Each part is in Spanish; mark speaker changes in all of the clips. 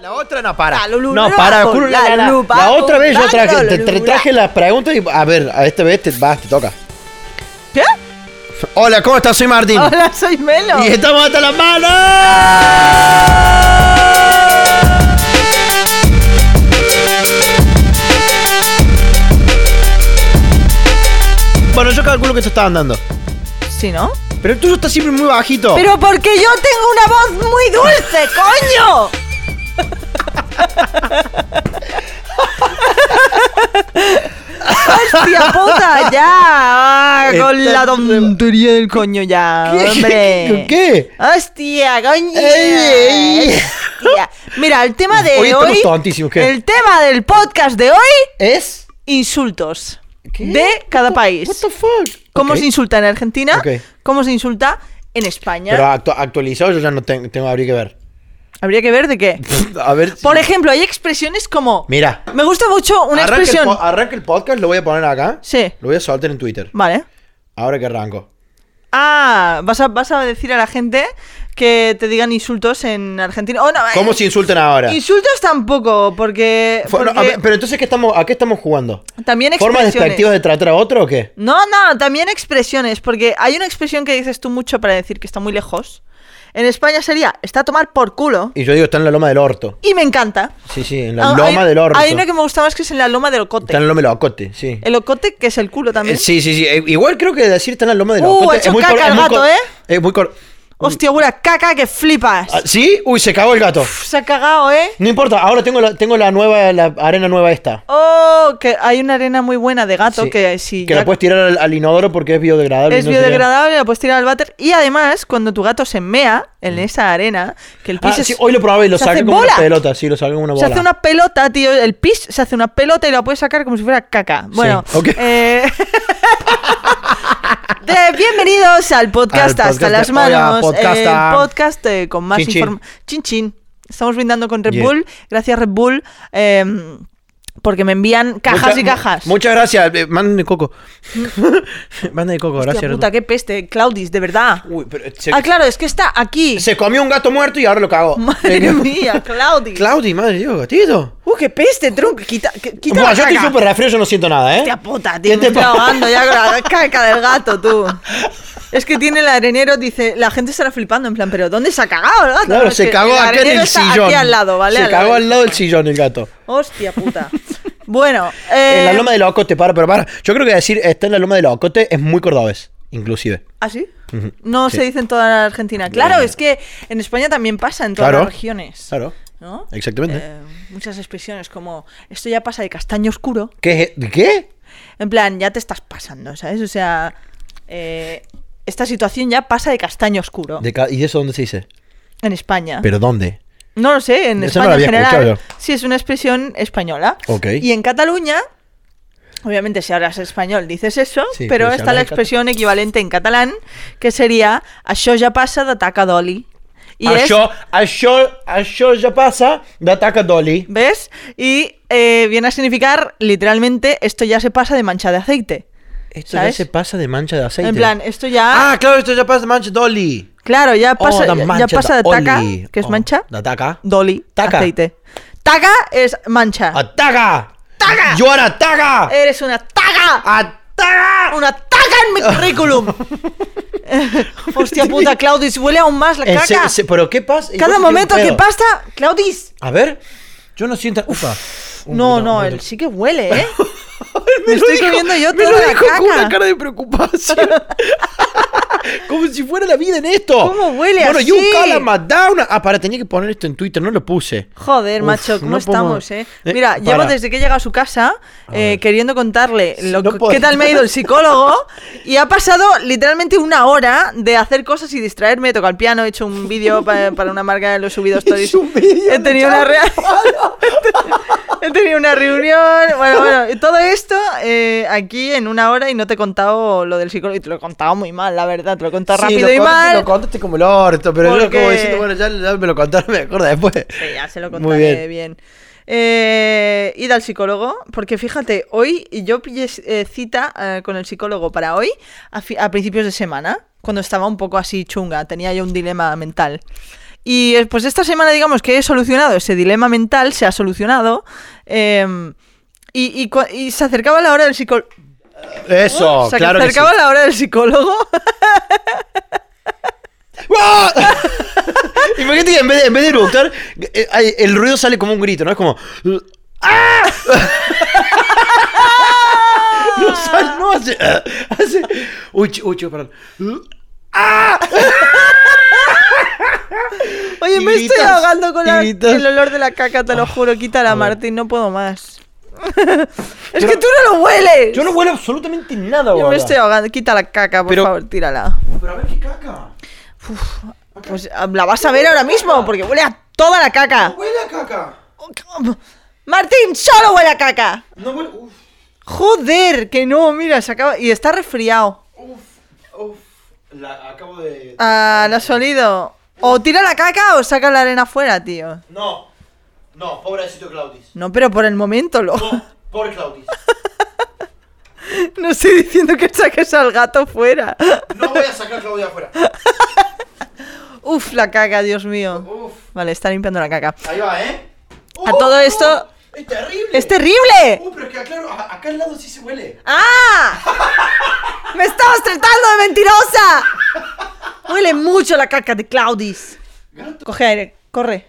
Speaker 1: La otra no para.
Speaker 2: No, para, culo, la, la- la- la otra vez yo traje, te, te traje la pregunta y a ver, a esta vez te vas, te toca.
Speaker 3: ¿Qué?
Speaker 1: Hola, ¿cómo estás? Soy Martín.
Speaker 3: Hola, soy Melo.
Speaker 2: Y estamos hasta las manos. Bueno, yo calculo que eso está andando.
Speaker 3: ¿Sí, no?
Speaker 2: Pero el tuyo está siempre muy bajito.
Speaker 3: Pero porque yo tengo una voz muy dulce, coño. Hostia puta, ya. ah, con
Speaker 2: Está-
Speaker 3: la tontería del coño ya, hombre.
Speaker 2: ¿Con qué?
Speaker 3: Hostia, coño.
Speaker 2: Ey, ey.
Speaker 3: Hostia. Mira, el tema de
Speaker 2: Hoy
Speaker 3: hoy.
Speaker 2: estamos tontísimos, ¿qué?
Speaker 3: El tema del podcast de hoy,
Speaker 2: ¿Es?
Speaker 3: insultos.
Speaker 2: ¿Qué?
Speaker 3: De cada país.
Speaker 2: What the fuck?
Speaker 3: ¿Cómo
Speaker 2: Ok.
Speaker 3: se insulta en Argentina?
Speaker 2: Ok.
Speaker 3: ¿Cómo se insulta en España?
Speaker 2: Pero actu- actualizado yo ya no tengo, tengo habría que ver.
Speaker 3: Habría que ver de qué.
Speaker 2: A ver. si-
Speaker 3: Por ejemplo, hay expresiones como.
Speaker 2: Mira.
Speaker 3: Me gusta mucho una
Speaker 2: Arranca el
Speaker 3: expresión.
Speaker 2: po- arranca el podcast, lo voy a poner acá.
Speaker 3: Sí.
Speaker 2: Lo voy a soltar en Twitter.
Speaker 3: Vale.
Speaker 2: Ahora que arranco.
Speaker 3: Ah, vas a, vas a decir a la gente que te digan insultos en Argentina. Oh, no, eh,
Speaker 2: ¿Cómo se insultan ahora?
Speaker 3: Insultos tampoco, porque.
Speaker 2: Fue- no, a
Speaker 3: porque
Speaker 2: ver, pero entonces, ¿qué estamos, ¿a qué estamos jugando?
Speaker 3: también
Speaker 2: ¿Formas
Speaker 3: expresiones.
Speaker 2: despectivas de tratar a otro o qué?
Speaker 3: No, no, también expresiones, porque hay una expresión que dices tú mucho para decir que está muy lejos. En España sería está a tomar por culo.
Speaker 2: Y yo digo, está en la loma del orto.
Speaker 3: Y me encanta.
Speaker 2: Sí, sí, en la
Speaker 3: Ah,
Speaker 2: loma
Speaker 3: hay-
Speaker 2: del orto.
Speaker 3: Hay una que me gusta más que es en la loma del ocote.
Speaker 2: Está en la loma del ocote, sí.
Speaker 3: El ocote, que es el culo también.
Speaker 2: Eh, sí, sí, sí. Eh, Igual creo que decir está en la loma del
Speaker 3: Uh,
Speaker 2: ocote.
Speaker 3: ha hecho
Speaker 2: cor-
Speaker 3: caca el
Speaker 2: muy
Speaker 3: gato,
Speaker 2: cor-
Speaker 3: ¿eh?
Speaker 2: Es muy cor-
Speaker 3: Hostia, una caca que flipas.
Speaker 2: Ah, ¿Sí? Uy, se cagó el gato.
Speaker 3: Uf, se ha cagado, ¿eh?
Speaker 2: No importa, ahora tengo la, tengo la nueva, la arena nueva esta.
Speaker 3: Oh, que hay una arena muy buena de gato
Speaker 2: Sí.
Speaker 3: que si
Speaker 2: que
Speaker 3: Ah, ya
Speaker 2: la puedes tirar al, al inodoro porque es biodegradable.
Speaker 3: es
Speaker 2: y no sé qué.
Speaker 3: biodegradable, la puedes tirar al váter. Y además, cuando tu gato se mea en esa arena, que el
Speaker 2: Mm. Ah,
Speaker 3: pis es-
Speaker 2: sí, hoy lo probé y lo
Speaker 3: se
Speaker 2: saqué
Speaker 3: hace
Speaker 2: como
Speaker 3: bola.
Speaker 2: una pelota. Sí, lo saqué como una bola.
Speaker 3: Se hace una pelota, tío. El pis se hace una pelota y la puedes sacar como si fuera caca. Bueno,
Speaker 2: ok.
Speaker 3: eh, de- bienvenidos al podcast,
Speaker 2: Al podcast
Speaker 3: Hasta las
Speaker 2: de- hola,
Speaker 3: Manos.
Speaker 2: podcasta.
Speaker 3: El podcast eh, con más
Speaker 2: Chin, chin.
Speaker 3: información. Chin chin. Estamos brindando con Red
Speaker 2: Yeah.
Speaker 3: Bull. Gracias, Red Bull. eh, porque me envían cajas
Speaker 2: Mucha-
Speaker 3: y cajas.
Speaker 2: mu- Muchas gracias. eh, Mándenme coco. Mándenme coco,
Speaker 3: Hostia
Speaker 2: gracias.
Speaker 3: puta, qué peste. Claudis, de verdad.
Speaker 2: Uy, pero se,
Speaker 3: Ah, claro, es que está aquí.
Speaker 2: se comió un gato muerto y ahora lo cago.
Speaker 3: Madre mía, Claudis.
Speaker 2: Claudi, madre de Dios, gatito.
Speaker 3: Uh, qué peste, tronco. Quita, que- quita
Speaker 2: Buah,
Speaker 3: la
Speaker 2: yo estoy
Speaker 3: caca.
Speaker 2: súper resfrío, yo no siento nada, ¿eh?
Speaker 3: Hostia puta, tío,
Speaker 2: ¿Qué
Speaker 3: me
Speaker 2: te
Speaker 3: estoy
Speaker 2: pa-
Speaker 3: ahogando ya con la caca del gato, tú. Es que tiene el arenero, dice, la gente estará flipando, en plan, pero ¿dónde se ha cagado el gato? No,
Speaker 2: Claro,
Speaker 3: es
Speaker 2: se
Speaker 3: que
Speaker 2: cagó acá en
Speaker 3: arenero
Speaker 2: el
Speaker 3: está
Speaker 2: sillón.
Speaker 3: Aquí al lado, ¿vale?
Speaker 2: Se
Speaker 3: Al
Speaker 2: cagó
Speaker 3: lado.
Speaker 2: al lado del sillón el gato.
Speaker 3: Hostia puta. Bueno,
Speaker 2: En
Speaker 3: eh...
Speaker 2: la loma de Locote, para, pero para. Yo creo que decir está en la loma de Locote es muy cordobés, inclusive.
Speaker 3: ¿Ah, sí?
Speaker 2: Ujú,
Speaker 3: No
Speaker 2: sí.
Speaker 3: se dice en toda la Argentina. Claro, es que en España también pasa, en todas
Speaker 2: Claro,
Speaker 3: las regiones.
Speaker 2: Claro.
Speaker 3: ¿no?
Speaker 2: Exactamente.
Speaker 3: Eh, muchas expresiones como, esto ya pasa de castaño oscuro.
Speaker 2: ¿Qué? es- ¿Qué?
Speaker 3: En plan, ya te estás pasando, ¿sabes? O sea, eh, esta situación ya pasa de castaño oscuro.
Speaker 2: De ca- ¿Y eso dónde se dice?
Speaker 3: En España.
Speaker 2: ¿Pero dónde?
Speaker 3: No lo sé, en
Speaker 2: Eso
Speaker 3: España
Speaker 2: no lo
Speaker 3: en
Speaker 2: había
Speaker 3: general.
Speaker 2: escuchado
Speaker 3: Sí, es una expresión española.
Speaker 2: Ok.
Speaker 3: Y en Cataluña, obviamente si hablas español dices eso,
Speaker 2: Sí,
Speaker 3: pero
Speaker 2: pero si
Speaker 3: está
Speaker 2: hablas
Speaker 3: la
Speaker 2: en cata-
Speaker 3: expresión equivalente en catalán, que sería això ja passa de taca d'oli. Y es,
Speaker 2: Això, això, això ya pasa de ataca Dolly.
Speaker 3: ¿Ves? Y eh, viene a significar literalmente esto ya se pasa de mancha de aceite.
Speaker 2: Esto
Speaker 3: ¿Sabes?
Speaker 2: ya se pasa de mancha de aceite.
Speaker 3: En plan, esto ya...
Speaker 2: Ah, claro, esto ya pasa de mancha Dolly.
Speaker 3: claro, ya
Speaker 2: Oh,
Speaker 3: pasa,
Speaker 2: de
Speaker 3: ya- ya
Speaker 2: mancha
Speaker 3: pasa de taca,
Speaker 2: oli.
Speaker 3: que es
Speaker 2: Oh,
Speaker 3: mancha,
Speaker 2: De taca.
Speaker 3: d'oli,
Speaker 2: Taca.
Speaker 3: aceite. Taca es mancha.
Speaker 2: ¡Ataca!
Speaker 3: Taca.
Speaker 2: ¡Yo era taca!
Speaker 3: Eres una taca.
Speaker 2: ¡Ataca!
Speaker 3: ¡Una taca en mi currículum! Eh, Hostia puta, Claudis, huele aún más la
Speaker 2: En
Speaker 3: caca.
Speaker 2: Eh, se- se- ¿Pero qué pasa? Igual
Speaker 3: Cada
Speaker 2: se tiene
Speaker 3: momento
Speaker 2: un
Speaker 3: que
Speaker 2: pedo.
Speaker 3: pasa, Claudis.
Speaker 2: A ver, yo no siento. Ufa. Un
Speaker 3: No,
Speaker 2: poquito,
Speaker 3: no,
Speaker 2: un
Speaker 3: él
Speaker 2: poquito.
Speaker 3: sí que huele, ¿eh?
Speaker 2: Él
Speaker 3: me
Speaker 2: lo
Speaker 3: estoy
Speaker 2: dijo-
Speaker 3: comiendo yo
Speaker 2: me lo
Speaker 3: toda la
Speaker 2: dijo con
Speaker 3: caca.
Speaker 2: una cara de preocupación. Como si fuera la vida en esto.
Speaker 3: ¿Cómo huele
Speaker 2: bueno, you
Speaker 3: así?
Speaker 2: call him a down. Ah, para, tenía que poner esto en Twitter, no lo puse.
Speaker 3: Joder,
Speaker 2: Uf,
Speaker 3: macho, ¿cómo
Speaker 2: no puedo-
Speaker 3: estamos, eh?
Speaker 2: Eh,
Speaker 3: Mira,
Speaker 2: para.
Speaker 3: llevo desde que he llegado a su casa eh, queriendo contarle
Speaker 2: Sí,
Speaker 3: lo-
Speaker 2: no puedo.
Speaker 3: qué tal me ha ido el psicólogo y ha pasado literalmente una hora de hacer cosas y distraerme. He tocado el piano, he hecho un vídeo pa- para una marca, lo he subido a Stories.
Speaker 2: Hizo un vídeo,
Speaker 3: He tenido una rea- He tenido una reunión. Bueno, bueno, y todo esto eh, aquí en una hora y no te he contado lo del psicólogo. Y te lo he contado muy mal, la verdad. Te lo he contado
Speaker 2: Sí,
Speaker 3: rápido
Speaker 2: lo
Speaker 3: y
Speaker 2: contaste-
Speaker 3: mal.
Speaker 2: Lo contaste como el orto, pero yo
Speaker 3: Porque-
Speaker 2: como diciendo, bueno, ya, ya me lo contaron, me acuerdo después.
Speaker 3: Sí, ya se lo
Speaker 2: Muy
Speaker 3: contaré
Speaker 2: bien.
Speaker 3: bien. Eh, id al psicólogo, porque fíjate, hoy yo pillé eh, cita eh, con el psicólogo para hoy, a, fi- a principios de semana, cuando estaba un poco así chunga, tenía yo un dilema mental. Y eh, pues esta semana, digamos que he solucionado ese dilema mental, se ha solucionado. em, y, y cua- y se acercaba la hora del psicólogo.
Speaker 4: Eso,
Speaker 3: se
Speaker 4: claro que sí.
Speaker 3: acercaba la hora del psicólogo.
Speaker 2: ¡Ah! Imagínate que en vez de, en vez de eructar, eh, hay- el ruido sale como un grito, ¿no? Es como. ¡Ah! no sale, no hace. ah, hace uy, ch- uy, chico, perdón.
Speaker 3: Oye,
Speaker 2: Y
Speaker 3: me estoy
Speaker 2: gritas,
Speaker 3: ahogando con
Speaker 2: y
Speaker 3: la-
Speaker 2: gritas.
Speaker 3: el olor de la caca,
Speaker 2: Ah,
Speaker 3: te lo juro. Quítala, Martín, no puedo más. es que tú no lo hueles.
Speaker 2: Yo no huelo absolutamente nada,
Speaker 3: Yo este me
Speaker 2: guarda.
Speaker 3: estoy ahogando. Quita la caca, por
Speaker 2: Pero-
Speaker 3: favor, tírala.
Speaker 2: Pero a ver qué caca.
Speaker 3: Pues ah, la vas a ver ahora mismo, porque huele a toda la caca.
Speaker 2: Huele a caca.
Speaker 3: Martín, solo huele a caca.
Speaker 2: No huele. Uf,
Speaker 3: Joder, que no, mira, se acaba. Y está resfriado.
Speaker 2: uf, uf. La acabo de.
Speaker 3: Ah, lo has olido. O tira la caca o saca la arena afuera, tío.
Speaker 2: No. No, pobrecito Claudis.
Speaker 3: No, pero por el momento lo.
Speaker 2: pobre Claudis.
Speaker 3: No estoy diciendo que saques al gato fuera.
Speaker 2: No voy a sacar a Claudia afuera.
Speaker 3: Uf, la caca, Dios mío.
Speaker 2: Uf.
Speaker 3: Vale, está limpiando la caca.
Speaker 2: Ahí va, ¿eh?
Speaker 3: A todo esto- este
Speaker 2: ¡Es terrible!
Speaker 3: ¡Es terrible!
Speaker 2: ¡Uh, pero es que claro, a- acá al lado sí se huele!
Speaker 3: ¡Ah! ¡Me estabas tratando de mentirosa! Huele mucho la caca de Claudis.
Speaker 2: Gato.
Speaker 3: Coge aire, corre.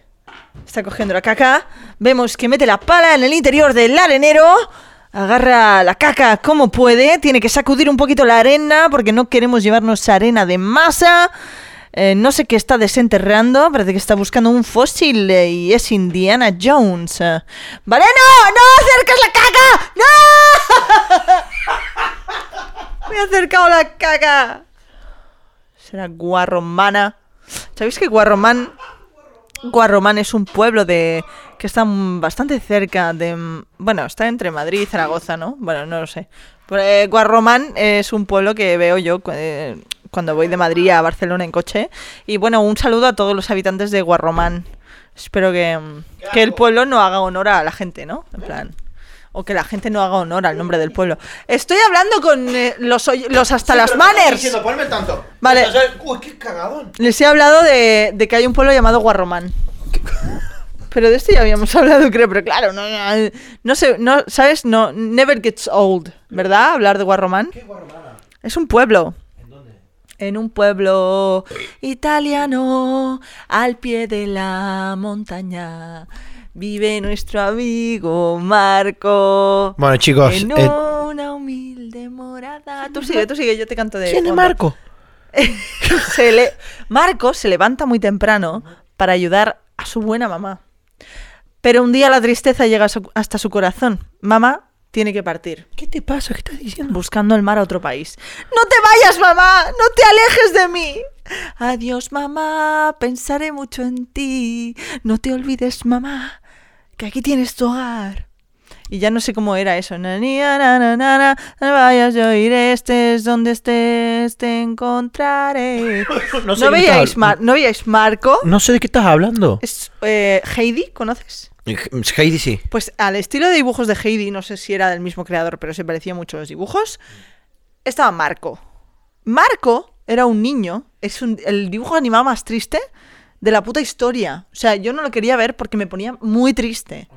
Speaker 3: Está cogiendo la caca. Vemos que mete la pala en el interior del arenero. Agarra la caca como puede. Tiene que sacudir un poquito la arena porque no queremos llevarnos arena de masa. Eh, no sé qué está desenterrando. Parece que está buscando un fósil eh, y es Indiana Jones. Eh, ¡Vale, no! ¡No acerques la caca! ¡No! Me he acercado la caca. Será guarromana. ¿Sabéis que Guarromán Guarromán es un pueblo de que está mm, bastante cerca de mm, bueno está entre Madrid y Zaragoza no bueno no lo sé Pero, eh, Guarromán es un pueblo que veo yo cu- eh, cuando voy de Madrid a Barcelona en coche y bueno un saludo a todos los habitantes de Guarromán espero que, mm, que el pueblo no haga honor a la gente no en plan o que la gente no haga honor al nombre del pueblo estoy hablando con eh, los oy- los hasta las manners
Speaker 2: Diciendo, ponme el tanto.
Speaker 3: Vale.
Speaker 2: O sea, ¡Uy, qué cagadón!
Speaker 3: les he hablado de, de que hay un pueblo llamado Guarromán. Pero de esto ya habíamos hablado, creo, pero claro, no, no, no sé, no, ¿sabes? No, never gets old, ¿verdad? Hablar de Guarromán.
Speaker 2: ¡Qué guarromana!
Speaker 3: Es un pueblo.
Speaker 2: ¿En dónde?
Speaker 3: En un pueblo italiano, al pie de la montaña, vive nuestro amigo Marco.
Speaker 4: Bueno, chicos.
Speaker 3: en
Speaker 4: eh,
Speaker 3: una humilde morada. Tú sigue, tú sigue, yo te canto de.
Speaker 4: ¿Quién es
Speaker 3: fondo.
Speaker 4: Marco?
Speaker 3: Se le- Marco se levanta muy temprano para ayudar a su buena mamá. Pero un día la tristeza llega a su- hasta su corazón. Mamá tiene que partir,
Speaker 4: ¿Qué te pasa? ¿Qué estás diciendo?
Speaker 3: buscando el mar a otro país. ¡No te vayas, mamá! ¡No te alejes de mí! Adiós, mamá, pensaré mucho en ti. No te olvides, mamá, que aquí tienes tu hogar. Y ya no sé cómo era eso. Na, ni, na, na, na, na, no vayas, yo iré, estés donde estés, te encontraré.
Speaker 4: No
Speaker 3: No,
Speaker 4: sé de qué
Speaker 3: veíais,
Speaker 4: estás-
Speaker 3: Mar- ¿no veíais Marco.
Speaker 4: No sé de qué estás hablando.
Speaker 3: Es, eh, Heidi, ¿conoces?
Speaker 4: Eh, Heidi sí.
Speaker 3: Pues al estilo de dibujos de Heidi, no sé si era del mismo creador, pero se parecía mucho a los dibujos. Estaba Marco. Marco era un niño, es un- el dibujo animado más triste de la puta historia. O sea, yo no lo quería ver porque me ponía muy triste.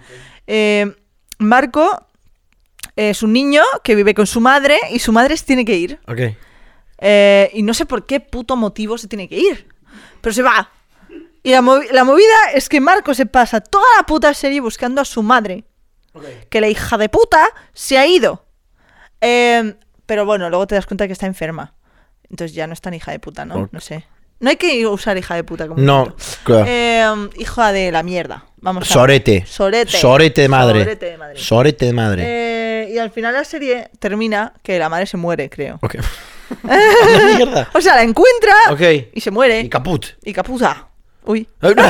Speaker 3: Eh, Marco es un niño que vive con su madre y su madre se tiene que ir.
Speaker 4: Ok.
Speaker 3: Eh, y no sé por qué puto motivo se tiene que ir. Pero se va. Y la, movi- la movida es que Marco se pasa toda la puta serie buscando a su madre.
Speaker 2: Ok.
Speaker 3: Que la hija de puta se ha ido. Eh, pero bueno, luego te das cuenta que está enferma. Entonces ya no es tan hija de puta, ¿no?
Speaker 4: Ok.
Speaker 3: No sé. No hay que usar hija de puta como.
Speaker 4: No,
Speaker 3: insulto.
Speaker 4: claro.
Speaker 3: Eh, hija de la mierda. Vamos a
Speaker 4: Sorete.
Speaker 3: Sorete.
Speaker 4: Sorete de madre.
Speaker 3: Sorete de madre.
Speaker 4: Sorete de madre.
Speaker 3: Eh, y al final la serie termina que la madre se muere, creo.
Speaker 4: Ok. La mierda.
Speaker 3: O sea, la encuentra
Speaker 4: Ok.
Speaker 3: y se muere.
Speaker 4: Y caput.
Speaker 3: Y caputa. Uy. no era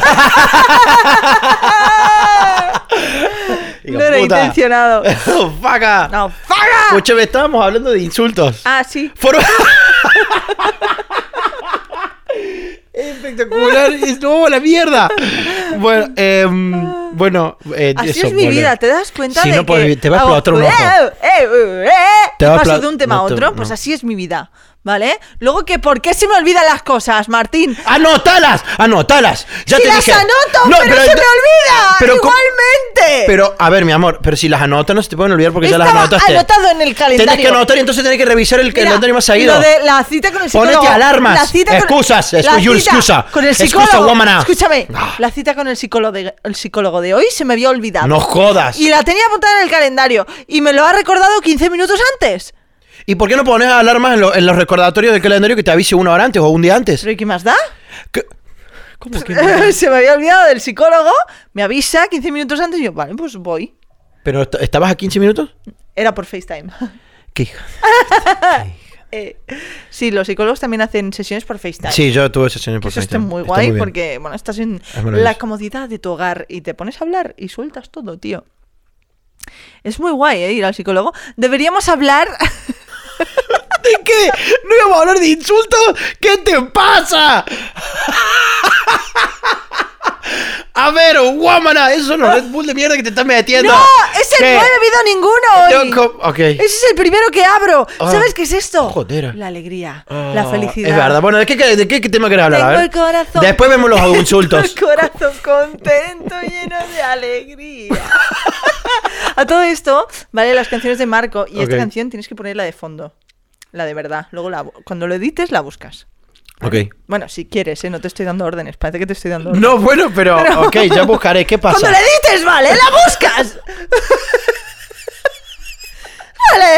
Speaker 4: Hijo puta.
Speaker 3: intencionado.
Speaker 4: Oh, ¡Faca!
Speaker 3: No, faga.
Speaker 4: Escúchame, estábamos hablando de insultos.
Speaker 3: Ah, sí.
Speaker 4: Por- Espectacular. Es- ¡No, la mierda! Bueno, em, bueno eh,
Speaker 3: Ah. Así
Speaker 4: eso,
Speaker 3: es mi
Speaker 4: vuelve.
Speaker 3: vida, ¿te das cuenta
Speaker 4: Si
Speaker 3: de
Speaker 4: no,
Speaker 3: que Ah,
Speaker 4: pues, te va a
Speaker 3: hago,
Speaker 4: explotar un ojo.
Speaker 3: "Eh, eh, eh, eh",
Speaker 4: Te va a
Speaker 3: paso
Speaker 4: explotar-
Speaker 3: de un tema
Speaker 4: no
Speaker 3: a
Speaker 4: te-
Speaker 3: otro?
Speaker 4: no.
Speaker 3: Pues así es mi vida. ¿Vale? Luego que ¿por qué se me olvidan las cosas, Martín?
Speaker 4: ¡Anotalas! ¡Anotalas! Ya
Speaker 3: si
Speaker 4: te
Speaker 3: las
Speaker 4: dije.
Speaker 3: anoto, pero, se me
Speaker 4: ent-
Speaker 3: olvida.
Speaker 4: pero ¿cómo-
Speaker 3: igualmente.
Speaker 4: Pero, a ver, mi amor, pero si las anotas no se te pueden olvidar porque ya las
Speaker 3: Estaba
Speaker 4: anotaste.
Speaker 3: anotado en el calendario.
Speaker 4: Tienes que anotar y entonces tienes que revisar el
Speaker 3: Mira,
Speaker 4: calendario más seguido.
Speaker 3: Lo de la cita con el
Speaker 4: Ponete
Speaker 3: psicólogo.
Speaker 4: alarmas,
Speaker 3: La cita con-
Speaker 4: excusas, es
Speaker 3: la
Speaker 4: your
Speaker 3: cita
Speaker 4: excusa.
Speaker 3: Con el
Speaker 4: Excusa,
Speaker 3: psicólogo.
Speaker 4: guamana.
Speaker 3: Escúchame,
Speaker 4: Ah.
Speaker 3: la cita con el psicólogo, de, el psicólogo de hoy se me había olvidado.
Speaker 4: No jodas.
Speaker 3: Y la tenía apuntada en el calendario. Y me lo ha recordado 15 minutos antes.
Speaker 4: ¿Y por qué no pones alarmas en, lo- en los recordatorios del calendario que te avise una hora antes o un día antes?
Speaker 3: ¿Pero y qué más da?
Speaker 4: Pues, ¿Qué? ¿Cómo que?
Speaker 3: se me había olvidado del psicólogo. Me avisa 15 minutos antes y yo, vale, pues voy.
Speaker 4: ¿Pero est- estabas a 15 minutos?
Speaker 3: Era por FaceTime.
Speaker 4: ¿Qué hija?
Speaker 3: Eh, sí, los psicólogos también hacen sesiones por FaceTime.
Speaker 4: Sí, yo tuve sesiones por
Speaker 3: Eso está
Speaker 4: FaceTime.
Speaker 3: muy guay
Speaker 4: bien.
Speaker 3: porque, bueno, estás en
Speaker 4: maravilloso.
Speaker 3: la comodidad de tu hogar y te pones a hablar y sueltas todo, tío. Es muy guay ¿eh? ir al psicólogo. Deberíamos hablar...
Speaker 4: ¿De qué? ¿No íbamos a hablar de insultos? ¿Qué te pasa? A ver, guamana, esos son los Red Bull de mierda que te estás metiendo.
Speaker 3: ¡No! ¡Ese
Speaker 4: ¿Qué?
Speaker 3: no he bebido ninguno hoy!
Speaker 4: Yo co- ok.
Speaker 3: ¡Ese es el primero que abro!
Speaker 4: Ah,
Speaker 3: ¿Sabes qué es esto?
Speaker 4: jodera.
Speaker 3: La alegría,
Speaker 4: Ah,
Speaker 3: la felicidad.
Speaker 4: Es verdad. Bueno, ¿de qué, de qué tema querés hablar? A
Speaker 3: Tengo
Speaker 4: ver.
Speaker 3: el corazón...
Speaker 4: Después vemos los insultos.
Speaker 3: El corazón contento, lleno de alegría. A todo esto, vale, las canciones de Marco. Y esta
Speaker 4: Ok.
Speaker 3: canción tienes que ponerla de fondo. La de verdad. Luego, la, bu- cuando lo edites, la buscas.
Speaker 4: ok.
Speaker 3: Bueno, si quieres, ¿eh? No te estoy dando órdenes. Parece que te estoy dando órdenes.
Speaker 4: No, bueno, pero,
Speaker 3: Pero-
Speaker 4: Ok, ya buscaré. ¿Qué pasa?
Speaker 3: Cuando la edites, vale, la buscas. vale.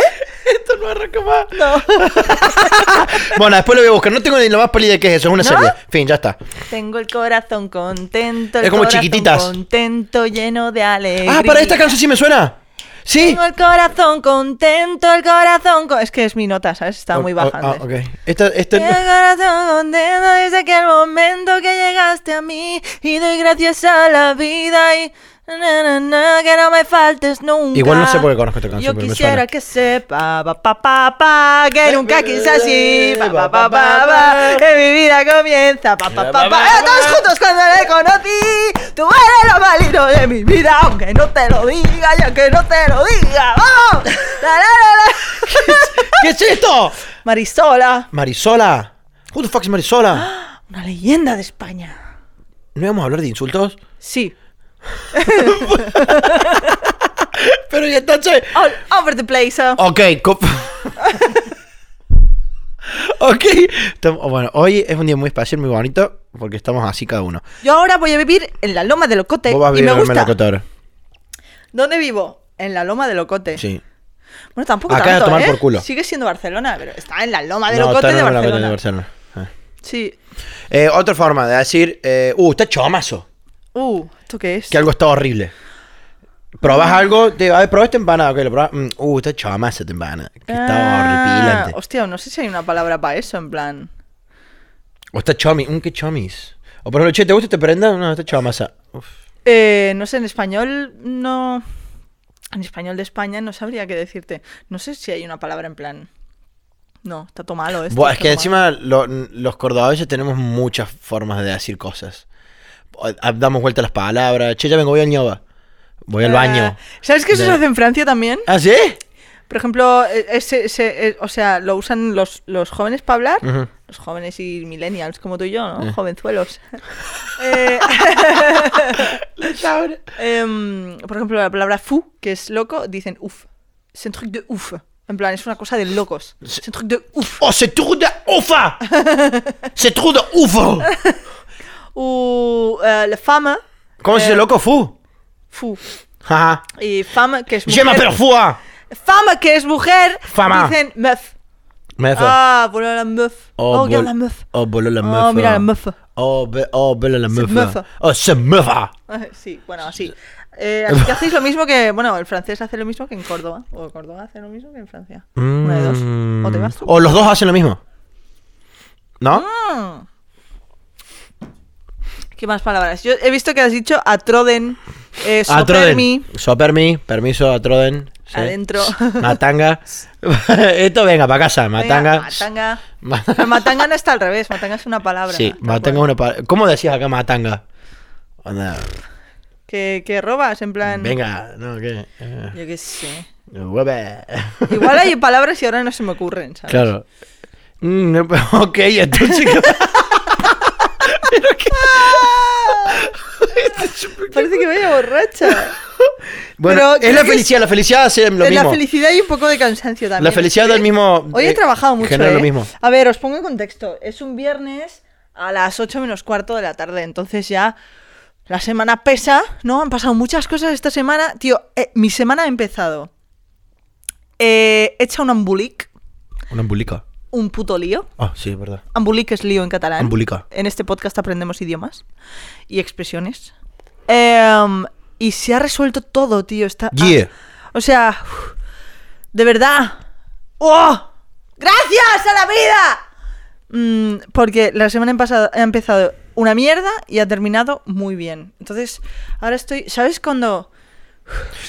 Speaker 4: Esto no arranca más.
Speaker 3: No.
Speaker 4: Bueno, después lo voy a buscar. No tengo ni la más pálida de qué es eso. Es una
Speaker 3: ¿No?
Speaker 4: serie. Fin, ya está.
Speaker 3: Tengo el corazón contento. El
Speaker 4: Es como
Speaker 3: corazón
Speaker 4: chiquititas.
Speaker 3: Contento, lleno de alegría.
Speaker 4: Ah, para esta canción sí me suena. Sí.
Speaker 3: Tengo el corazón contento, el corazón. co- es que es mi nota, ¿sabes? Estaba muy
Speaker 4: Oh,
Speaker 3: baja
Speaker 4: oh, Ah,
Speaker 3: antes.
Speaker 4: ok. Esta, esta...
Speaker 3: Tengo el corazón contento desde aquel momento que llegaste a mí y doy gracias a la vida y na, na, na, que no me faltes nunca.
Speaker 4: Igual no sé por qué conozco esta canción,
Speaker 3: Yo
Speaker 4: pero me
Speaker 3: quisiera
Speaker 4: suena.
Speaker 3: que sepa, pa, pa, pa, pa, que nunca quise así, pa, pa, pa, pa, pa, que mi vida comienza, pa, pa, pa, pa. Eh, todos juntos cuando le conocí, tú eres lo más lindo de mi vida, aunque no te lo diga y aunque no te lo diga. ¡Vamos! La, la, la, la.
Speaker 4: ¿Qué es esto?
Speaker 3: Marisola,
Speaker 4: Marisola. Who the fuck is Marisola?
Speaker 3: una leyenda de España.
Speaker 4: ¿No íbamos a hablar de insultos?
Speaker 3: Sí.
Speaker 4: Pero ya entonces...
Speaker 3: All over the place. eh.
Speaker 4: Ok, co- Ok. Tam- oh, Bueno, hoy es un día muy especial, muy bonito, porque estamos así cada uno.
Speaker 3: Yo ahora voy a vivir en la Loma de Locote.
Speaker 4: Vos vas a
Speaker 3: y
Speaker 4: vivir
Speaker 3: me
Speaker 4: en
Speaker 3: gusta.
Speaker 4: Melocotón.
Speaker 3: ¿Dónde vivo? En la Loma de Locote.
Speaker 4: Sí.
Speaker 3: Bueno, tampoco
Speaker 4: Acá
Speaker 3: tanto,
Speaker 4: a tomar
Speaker 3: ¿eh?
Speaker 4: por culo.
Speaker 3: Sigue siendo Barcelona, pero está en la Loma de
Speaker 4: No,
Speaker 3: Locote
Speaker 4: está en
Speaker 3: de
Speaker 4: el Melocotón
Speaker 3: Barcelona.
Speaker 4: de Barcelona. Ah.
Speaker 3: Sí.
Speaker 4: Eh, otra forma de decir, eh, uh, está chomazo,
Speaker 3: Uh, ¿esto qué es?
Speaker 4: que algo está horrible. Probás algo, te a ver, probá esta empanada, ok, lo probás, mm, uh, está chomazo esta empanada, que está
Speaker 3: Ah,
Speaker 4: horripilante.
Speaker 3: Hostia, no sé si hay una palabra para eso, en plan.
Speaker 4: O está chomi, mm, qué chomis. O por ejemplo, che, ¿te gusta esta prenda? No, está chomaza. Uf.
Speaker 3: Eh, no sé, en español no. En español de España no sabría qué decirte. No sé si hay una palabra en plan. No, está todo malo esto.
Speaker 4: Buah, es
Speaker 3: está
Speaker 4: que
Speaker 3: todo malo.
Speaker 4: encima lo- los cordobeses tenemos muchas formas de decir cosas. O- a- Damos vuelta a las palabras, che, ya vengo, voy al ñoba. Voy al baño.
Speaker 3: Ah, ¿Sabes que eso
Speaker 4: De-
Speaker 3: se hace en Francia también?
Speaker 4: ¿Ah, sí?
Speaker 3: Por ejemplo, eh, ese- ese- eh, o sea, lo usan los, los jóvenes para hablar.
Speaker 4: Ujú.
Speaker 3: Los jóvenes y millennials, como tú y yo, ¿no? Jovenzuelos. Eh, em, por ejemplo, la palabra fou, que es loco, dicen ouf. Es un truc de ouf. En plan, es una cosa de locos. Es un truc de ouf.
Speaker 4: ¡Oh, se trou de ufa! ¡Se trou de ufa!
Speaker 3: O eh, la fama,
Speaker 4: ¿Cómo se dice loco fu?
Speaker 3: fou.
Speaker 4: Jaja.
Speaker 3: Y fama, que es
Speaker 4: Je
Speaker 3: mujer.
Speaker 4: m'appelle fua.
Speaker 3: Fama, que es mujer,
Speaker 4: Fama.
Speaker 3: dicen meuf.
Speaker 4: Me hace-
Speaker 3: Ah, voilà la meuf. Oh,
Speaker 4: bol-
Speaker 3: regarde la meuf.
Speaker 4: Oh, bolo Oh, la
Speaker 3: Oh,
Speaker 4: meuf.
Speaker 3: mira la meuf.
Speaker 4: Oh, be- oh, bolo la meuf.
Speaker 3: meuf.
Speaker 4: Oh, se mefa.
Speaker 3: Sí, bueno, así. Eh, así que hacéis lo mismo que. Bueno, el francés hace lo mismo que en Córdoba. O Córdoba hace lo mismo que en Francia. Una de dos. O te vas tú.
Speaker 4: Mm. O los dos hacen lo mismo. ¿No?
Speaker 3: Mm. ¿Qué más palabras? Yo he visto que has dicho atroden, eh,
Speaker 4: Ah,
Speaker 3: sopermi.
Speaker 4: Sopermi, permiso, Atroden. sí.
Speaker 3: Adentro.
Speaker 4: Matanga. Esto venga, para casa. Matanga.
Speaker 3: Venga, Matanga.
Speaker 4: Ma-
Speaker 3: Pero matanga no está al revés. Matanga es una palabra.
Speaker 4: Sí,
Speaker 3: tal
Speaker 4: matanga es
Speaker 3: cual.
Speaker 4: una palabra. ¿Cómo decías acá matanga? Onda,
Speaker 3: Que, que robas, en plan.
Speaker 4: venga, no, ¿qué? Eh,
Speaker 3: Yo qué sé.
Speaker 4: hueve.
Speaker 3: Igual hay palabras y ahora no se me ocurren, ¿sabes?
Speaker 4: Claro. Mm, ok, entonces.
Speaker 3: Parece que vaya borracha.
Speaker 4: bueno,
Speaker 3: Pero
Speaker 4: es
Speaker 3: creo
Speaker 4: la
Speaker 3: que
Speaker 4: felicidad. La felicidad hace lo
Speaker 3: En la
Speaker 4: mismo.
Speaker 3: felicidad y un poco de cansancio también.
Speaker 4: La felicidad
Speaker 3: ¿eh?
Speaker 4: del mismo.
Speaker 3: Hoy he
Speaker 4: eh,
Speaker 3: trabajado mucho.
Speaker 4: Genera lo
Speaker 3: ¿eh?
Speaker 4: mismo.
Speaker 3: A ver, os pongo en contexto. Es un viernes a las 8 menos cuarto de la tarde. Entonces ya la semana pesa, ¿no? Han pasado muchas cosas esta semana. Tío, eh, mi semana ha empezado. Eh, hecha un ambulic,
Speaker 4: Una ambulica.
Speaker 3: un puto lío.
Speaker 4: Ah, sí, es verdad.
Speaker 3: Ambulic es lío en catalán.
Speaker 4: Ambulica.
Speaker 3: En este podcast aprendemos idiomas y expresiones. Em, y se ha resuelto todo, tío. Está, ah,
Speaker 4: Yeah.
Speaker 3: o sea, uf, de verdad. ¡Oh! ¡Gracias a la vida! Mm, porque la semana pasada ha empezado una mierda y ha terminado muy bien. Entonces, ahora estoy. ¿Sabes cuando.?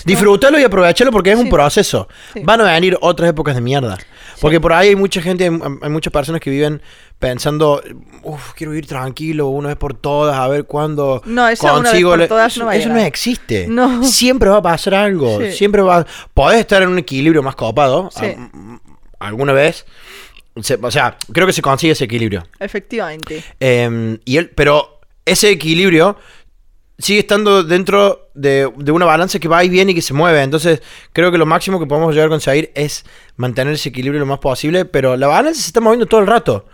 Speaker 4: Disfrútalo y aprovechalo porque es un
Speaker 3: Sí.
Speaker 4: proceso.
Speaker 3: Sí.
Speaker 4: Van a venir otras épocas de mierda. Porque por ahí hay mucha gente, hay, hay muchas personas que viven pensando, uff, quiero ir tranquilo una vez por todas, a ver cuándo
Speaker 3: No, eso una vez por
Speaker 4: le-".
Speaker 3: todas
Speaker 4: eso,
Speaker 3: no va a
Speaker 4: eso
Speaker 3: llegar.
Speaker 4: existe.
Speaker 3: No.
Speaker 4: Siempre va a pasar algo.
Speaker 3: Sí.
Speaker 4: Siempre va. Podés estar en un equilibrio más copado
Speaker 3: Sí.
Speaker 4: a- alguna vez. Se- o sea, creo que se consigue ese equilibrio.
Speaker 3: Efectivamente.
Speaker 4: Eh, y él, pero ese equilibrio sigue estando dentro de, de una balanza que va y viene y que se mueve. Entonces, creo que lo máximo que podemos llegar a conseguir es mantener ese equilibrio lo más posible, pero la balanza se está moviendo todo el rato.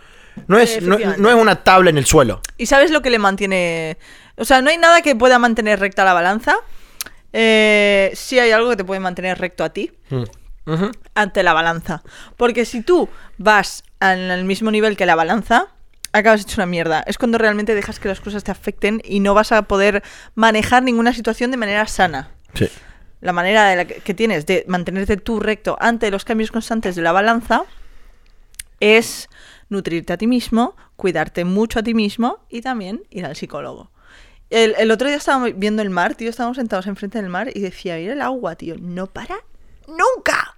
Speaker 4: No es,
Speaker 3: Sí,
Speaker 4: no,
Speaker 3: efectivamente.
Speaker 4: no es una tabla en el suelo.
Speaker 3: ¿Y sabes lo que le mantiene.? O sea, no hay nada que pueda mantener recta la balanza. Eh, sí hay algo que te puede mantener recto a ti.
Speaker 4: Ujú.
Speaker 3: ante la balanza. Porque si tú vas al, al mismo nivel que la balanza, acabas hecho una mierda. Es cuando realmente dejas que las cosas te afecten y no vas a poder manejar ninguna situación de manera sana. La manera de la que, que tienes de mantenerte tú recto ante los cambios constantes de la balanza es nutrirte a ti mismo, cuidarte mucho a ti mismo y también ir al psicólogo. El, el otro día estábamos viendo el mar, tío, estábamos sentados enfrente del mar y decía, mira el agua, tío, no para nunca.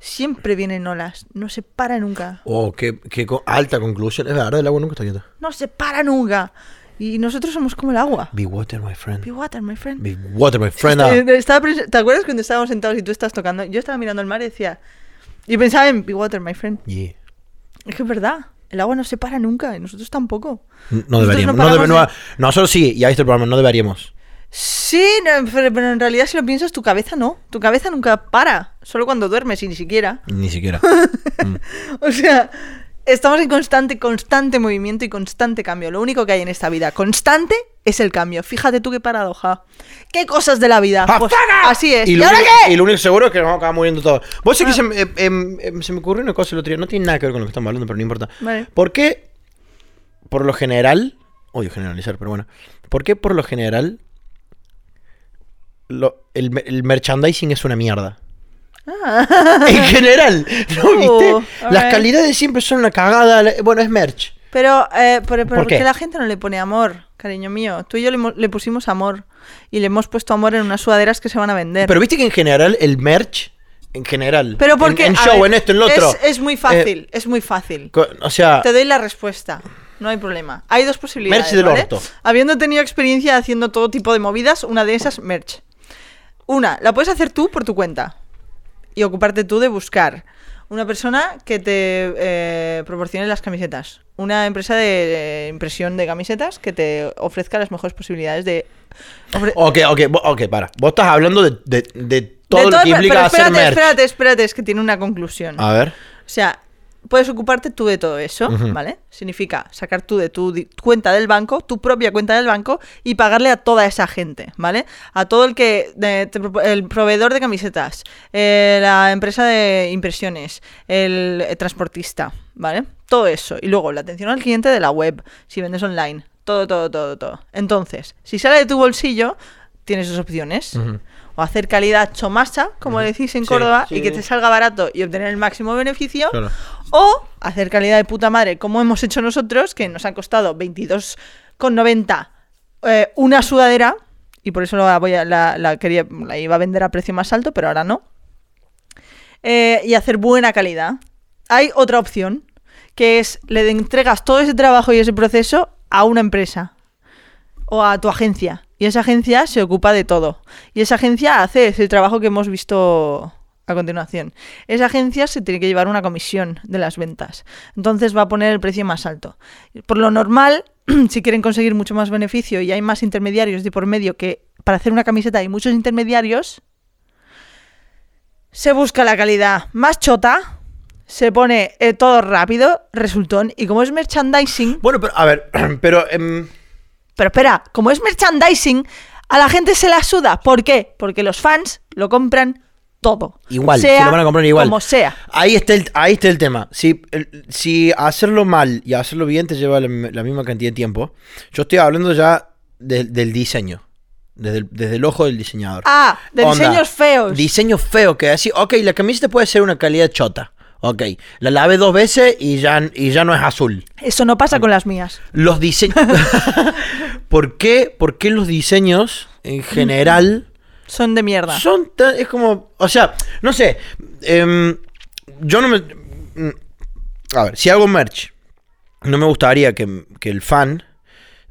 Speaker 3: Siempre vienen olas, no se para nunca,
Speaker 4: Oh, qué, qué co- alta conclusión. Es verdad, el agua nunca está quieta.
Speaker 3: no se para nunca. Y nosotros somos como el agua.
Speaker 4: Be water, my friend.
Speaker 3: Be water, my friend.
Speaker 4: Be water, my friend. Ah.
Speaker 3: Eh, estaba pres- ¿Te acuerdas cuando estábamos sentados y tú estás tocando? Yo estaba mirando al mar y decía, y pensaba en Be water, my friend.
Speaker 4: Yeah.
Speaker 3: Es que es verdad, el agua no se para nunca y nosotros tampoco.
Speaker 4: No deberíamos.
Speaker 3: no
Speaker 4: No debe-
Speaker 3: paramos
Speaker 4: no-
Speaker 3: de-
Speaker 4: nosotros sí, y ahí está el problema, no deberíamos.
Speaker 3: Sí, no, pero, pero en realidad si lo piensas, tu cabeza no. Tu cabeza nunca para, solo cuando duermes y ni siquiera.
Speaker 4: Ni siquiera.
Speaker 3: O sea, estamos en constante, constante movimiento y constante cambio. Lo único que hay en esta vida constante es el cambio. Fíjate tú qué paradoja. ¿Qué cosas de la vida?
Speaker 4: ¡Ah,
Speaker 3: Pues,
Speaker 4: fuera!
Speaker 3: así es.
Speaker 4: Y
Speaker 3: ¿Y,
Speaker 4: lo,
Speaker 3: ahora
Speaker 4: único,
Speaker 3: qué? Ah.
Speaker 4: y lo único seguro es que nos vamos a acabar muriendo todos. Vos sé que se, me- em, em, em, se me ocurrió una cosa el otro día. No tiene nada que ver con lo que estamos hablando, pero no importa.
Speaker 3: Vale.
Speaker 4: ¿Por qué, por lo general, odio generalizar, pero bueno. ¿Por qué, por lo general, lo- el, me- el merchandising es una mierda? en general, ¿no viste?
Speaker 3: Oh, Ah. a
Speaker 4: Las
Speaker 3: ver.
Speaker 4: calidades siempre son una cagada. la- Bueno, es merch.
Speaker 3: Pero, eh, pero, pero
Speaker 4: ¿Por
Speaker 3: ¿por,
Speaker 4: qué?
Speaker 3: qué la gente no le pone amor, cariño mío? Tú y yo le, mo- le pusimos amor y le hemos puesto amor en unas sudaderas que se van a vender.
Speaker 4: Pero viste que en general, el merch, en general.
Speaker 3: Pero
Speaker 4: en-
Speaker 3: porque
Speaker 4: En,
Speaker 3: a
Speaker 4: show,
Speaker 3: ver,
Speaker 4: en esto, en lo otro. Eh,
Speaker 3: Es, es muy fácil, es muy fácil.
Speaker 4: co- O sea,
Speaker 3: Te doy la respuesta. No hay problema. Hay dos posibilidades.
Speaker 4: Ah. Merch del
Speaker 3: ¿vale?
Speaker 4: orto.
Speaker 3: Habiendo tenido experiencia haciendo todo tipo de movidas, una de esas, merch. Una, la puedes hacer tú por tu cuenta y ocuparte tú de buscar una persona que te eh, proporcione las camisetas. Una empresa de eh, impresión de camisetas que te ofrezca las mejores posibilidades de. ofre-
Speaker 4: Ok, ok, vo- ok, para. Vos estás hablando de, de- de
Speaker 3: de
Speaker 4: todo lo
Speaker 3: todas-
Speaker 4: que implica
Speaker 3: pero
Speaker 4: hacer
Speaker 3: espérate,
Speaker 4: merch.
Speaker 3: espérate, espérate, es que tiene una conclusión.
Speaker 4: A ver.
Speaker 3: O sea, puedes ocuparte tú de todo eso,
Speaker 4: Ujú.
Speaker 3: ¿vale? Significa sacar tú de tu di- cuenta del banco, tu propia cuenta del banco, y pagarle a toda esa gente, ¿vale? A todo el que. de- te propo- el proveedor de camisetas, eh, la empresa de impresiones, el eh, transportista, ¿vale? Todo eso. Y luego la atención al cliente de la web, si vendes online. Todo, todo, todo, todo. Entonces, si sale de tu bolsillo, tienes dos opciones. O hacer calidad chomacha, como decís en
Speaker 4: Sí,
Speaker 3: Córdoba,
Speaker 4: sí,
Speaker 3: y que
Speaker 4: sí.
Speaker 3: te salga barato y obtener el máximo beneficio.
Speaker 4: Claro.
Speaker 3: O hacer calidad de puta madre, como hemos hecho nosotros, que nos ha costado 22,90 eh, una sudadera, y por eso la, voy a- la, la quería, la iba a vender a precio más alto, pero ahora no. Eh, y hacer buena calidad. Hay otra opción, que es le entregas todo ese trabajo y ese proceso a una empresa o a tu agencia. Y esa agencia se ocupa de todo. Y esa agencia hace ese trabajo que hemos visto a continuación. Esa agencia se tiene que llevar una comisión de las ventas. Entonces va a poner el precio más alto. Por lo normal, si quieren conseguir mucho más beneficio y hay más intermediarios de por medio que para hacer una camiseta hay muchos intermediarios, se busca la calidad más chota, se pone eh, todo rápido, resultón, y como es merchandising,
Speaker 4: Bueno, pero a ver, pero em,
Speaker 3: pero espera, como es merchandising, a la gente se la suda. ¿Por qué? Porque los fans lo compran todo.
Speaker 4: igual,
Speaker 3: Sea
Speaker 4: se lo van a comprar igual.
Speaker 3: Como sea.
Speaker 4: Ahí está el, ahí está el tema. Si, el- si hacerlo mal y hacerlo bien te lleva la, la misma cantidad de tiempo, yo estoy hablando ya del- del diseño, desde el, desde el ojo del diseñador.
Speaker 3: Ah, de
Speaker 4: Onda,
Speaker 3: diseños feos.
Speaker 4: Diseño feo, que así, ok, la camiseta puede ser una calidad chota. Ok, la lavé dos veces y ya, y ya no es azul.
Speaker 3: Eso no pasa con las mías.
Speaker 4: Los diseños... ¿Por, qué, ¿Por qué los diseños en general...
Speaker 3: Son de mierda.
Speaker 4: Son tan- Es como. O sea, no sé. em, yo no me. mm, A ver, si hago merch, no me gustaría que, que el fan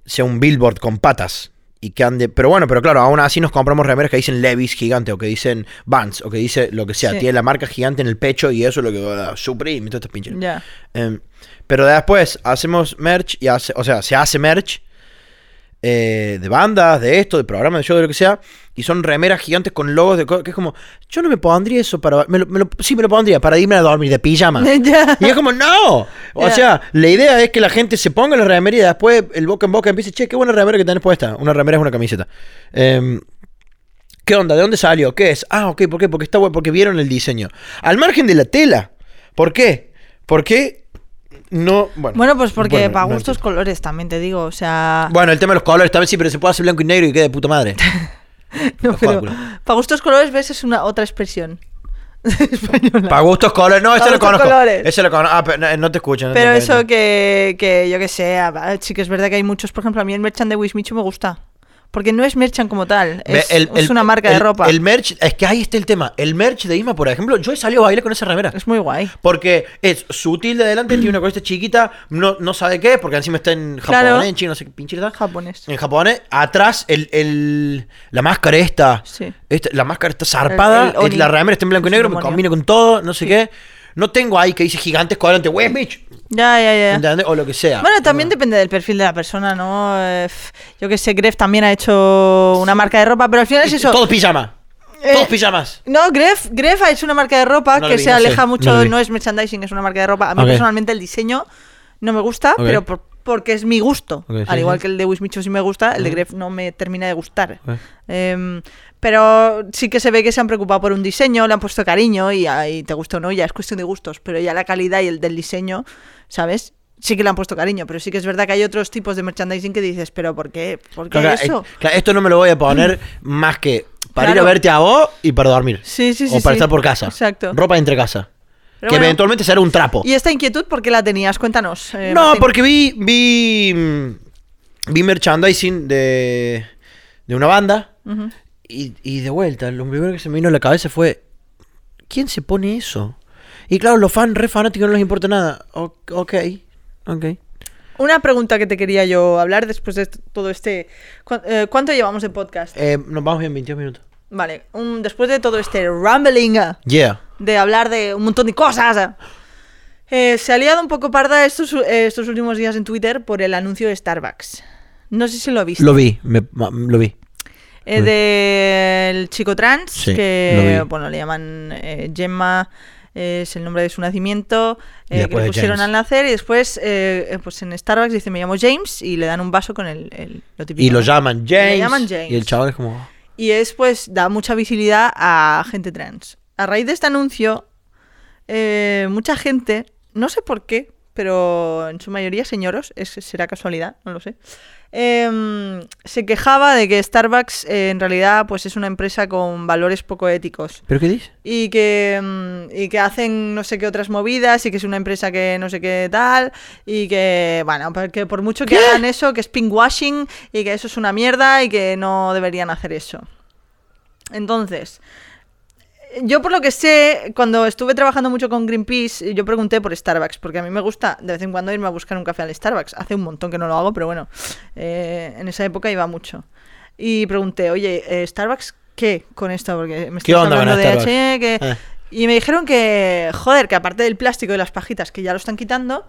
Speaker 4: sea un billboard con patas. Y que ande. Pero bueno, pero claro, aún así nos compramos remeras que dicen Levis gigante, o que dicen Vans, o que dice lo que sea.
Speaker 3: Sí.
Speaker 4: Tiene la marca gigante en el pecho y eso es lo que ah, suprime todas estas pinches.
Speaker 3: Ya.
Speaker 4: Em, pero después hacemos merch y hace, o sea, se hace merch eh, de bandas, de esto, de programas, de show, de lo que sea, y son remeras gigantes con logos de co- que es como, yo no me pondría eso para me lo- me lo- sí me lo pondría para irme a dormir de pijama.
Speaker 3: Ya.
Speaker 4: Y es como, no. O
Speaker 3: Ya.
Speaker 4: sea, la idea es que la gente se ponga la remera y después el boca en boca empiece, che, qué buena remera que tenés puesta. Una remera es una camiseta. Em, ¿Qué onda? ¿De dónde salió? ¿Qué es? Ah, ok, ¿por qué? Porque está bueno, porque vieron el diseño. Al margen de la tela. ¿Por qué? ¿Por qué no? Bueno,
Speaker 3: Bueno, pues porque
Speaker 4: Bueno,
Speaker 3: para
Speaker 4: no
Speaker 3: gustos colores también te digo. O sea.
Speaker 4: Bueno, el tema de los colores también sí, pero se puede hacer blanco y negro y queda de puta madre.
Speaker 3: no,
Speaker 4: los
Speaker 3: pero
Speaker 4: cálculos.
Speaker 3: para gustos colores ves es una otra expresión española.
Speaker 4: Para gustos colores, no,
Speaker 3: Pa'
Speaker 4: ese lo
Speaker 3: gustos
Speaker 4: conozco.
Speaker 3: colores.
Speaker 4: Ese lo conozco. Ah, pero no, no te escuchan.
Speaker 3: Pero eso que, que yo que sé, a- a- sí que es verdad que hay muchos, por ejemplo, a mí el merchan de Wismichu me gusta. Porque no es merchan como tal, es, es una marca de ropa.
Speaker 4: El merch, es que ahí está el tema. El merch de Isma, por ejemplo, yo he salido a bailar con esa remera.
Speaker 3: es muy guay.
Speaker 4: Porque es sutil de adelante, tiene una cosita chiquita, no, no sabe qué, porque encima está en japonés,
Speaker 3: Claro.
Speaker 4: en chino, no sé qué pinche tal.
Speaker 3: Japonés.
Speaker 4: En japonés, atrás, el, el- la máscara esta,
Speaker 3: Sí.
Speaker 4: esta- La máscara está zarpada,
Speaker 3: El- el
Speaker 4: es- la
Speaker 3: oni.
Speaker 4: remera está en blanco y
Speaker 3: Es
Speaker 4: negro,
Speaker 3: un
Speaker 4: me
Speaker 3: demonio.
Speaker 4: combina con todo, no sé qué. No tengo ahí que dice gigantes cuadrante, wey, bitch.
Speaker 3: Ya, ya, ya.
Speaker 4: ¿entendés? O lo que sea.
Speaker 3: Bueno, también depende del perfil de la persona, ¿no? Eh, f- Yo que sé, Gref también ha hecho una marca de ropa, pero al final es eso.
Speaker 4: Todos pijama.
Speaker 3: Eh,
Speaker 4: Todos pijamas.
Speaker 3: No, Gref, Gref ha hecho una marca de ropa
Speaker 4: No lo
Speaker 3: que
Speaker 4: vi,
Speaker 3: se
Speaker 4: no sé,
Speaker 3: aleja
Speaker 4: no
Speaker 3: mucho,
Speaker 4: lo
Speaker 3: no,
Speaker 4: vi.
Speaker 3: es merchandising, es una marca de ropa. A mí
Speaker 4: Ok.
Speaker 3: personalmente el diseño no me gusta,
Speaker 4: Ok.
Speaker 3: pero por- porque es mi gusto.
Speaker 4: Ok, sí,
Speaker 3: Al
Speaker 4: sí.
Speaker 3: igual que el de Wismichu sí me gusta, el de Gref no me termina de gustar.
Speaker 4: Ok.
Speaker 3: Em, pero sí que se ve que se han preocupado por un diseño, le han puesto cariño y, ahí te gusta o no, ya es cuestión de gustos, pero ya la calidad y el del diseño, ¿sabes? Sí que le han puesto cariño, pero sí que es verdad que hay otros tipos de merchandising que dices, pero ¿por qué? ¿Por qué
Speaker 4: Claro,
Speaker 3: eso?
Speaker 4: eh, claro, esto no me lo voy a poner más que para ir a
Speaker 3: Claro.
Speaker 4: verte a vos y para dormir.
Speaker 3: Sí, sí, sí,
Speaker 4: O para
Speaker 3: sí.
Speaker 4: estar por casa.
Speaker 3: Exacto.
Speaker 4: Ropa entre casa.
Speaker 3: Pero
Speaker 4: que
Speaker 3: bueno.
Speaker 4: eventualmente será un trapo.
Speaker 3: ¿Y esta inquietud por qué la tenías? Cuéntanos. eh,
Speaker 4: no,
Speaker 3: Martín.
Speaker 4: porque vi. Vi. mm, Vi merchandising de. De una banda.
Speaker 3: Ujú.
Speaker 4: Y, y de vuelta, lo primero que se me vino a la cabeza fue. ¿Quién se pone eso? Y claro, los fans re fanáticos no les importa nada. O- ok. Ok.
Speaker 3: Una pregunta que te quería yo hablar después de est- todo este... cu- eh, ¿Cuánto llevamos de podcast?
Speaker 4: Eh, nos vamos bien 22 minutos.
Speaker 3: Vale, un- después de todo este rambling ah,
Speaker 4: Yeah.
Speaker 3: de hablar de un montón de cosas... ah, eh, se ha liado un poco parda estos, u- eh, estos últimos días en Twitter por el anuncio de Starbucks. No sé si lo viste.
Speaker 4: Lo vi, me- ma- lo vi.
Speaker 3: Eh, del chico trans,
Speaker 4: Sí,
Speaker 3: que
Speaker 4: lo vi.
Speaker 3: bueno, le llaman eh, Gemma, eh, es el nombre de su nacimiento,
Speaker 4: Y
Speaker 3: eh, que
Speaker 4: después
Speaker 3: le
Speaker 4: de
Speaker 3: pusieron
Speaker 4: James.
Speaker 3: al nacer, y después eh, eh, pues en Starbucks dice me llamo James y le dan un vaso con el, el- lo típico,
Speaker 4: Y lo
Speaker 3: ¿no?
Speaker 4: llaman
Speaker 3: le
Speaker 4: James.
Speaker 3: llaman James.
Speaker 4: Y el chaval es como.
Speaker 3: Y es pues da mucha visibilidad a gente trans. A raíz de este anuncio, eh, mucha gente, no sé por qué, pero en su mayoría señoros, es- será casualidad, no lo sé, em, se quejaba de que Starbucks eh, en realidad pues es una empresa con valores poco éticos
Speaker 4: ¿Pero qué dice?
Speaker 3: y que, mm, y que hacen no sé qué otras movidas y que es una empresa que no sé qué tal y que, bueno, porque por mucho que hagan eso, que es pinkwashing y que eso es una mierda y que no deberían hacer eso. Entonces, yo por lo que sé, cuando estuve trabajando mucho con Greenpeace, yo pregunté por Starbucks, porque a mí me gusta de vez en cuando irme a buscar un café al Starbucks. Hace un montón que no lo hago, pero bueno, eh, en esa época iba mucho. Y pregunté, oye, eh, ¿Starbucks qué con esto? Porque me
Speaker 4: ¿Qué
Speaker 3: estás
Speaker 4: onda con
Speaker 3: hablando de
Speaker 4: Starbucks?
Speaker 3: HE, que,
Speaker 4: Eh.
Speaker 3: Y me dijeron que, joder, que aparte del plástico y las pajitas que ya lo están quitando,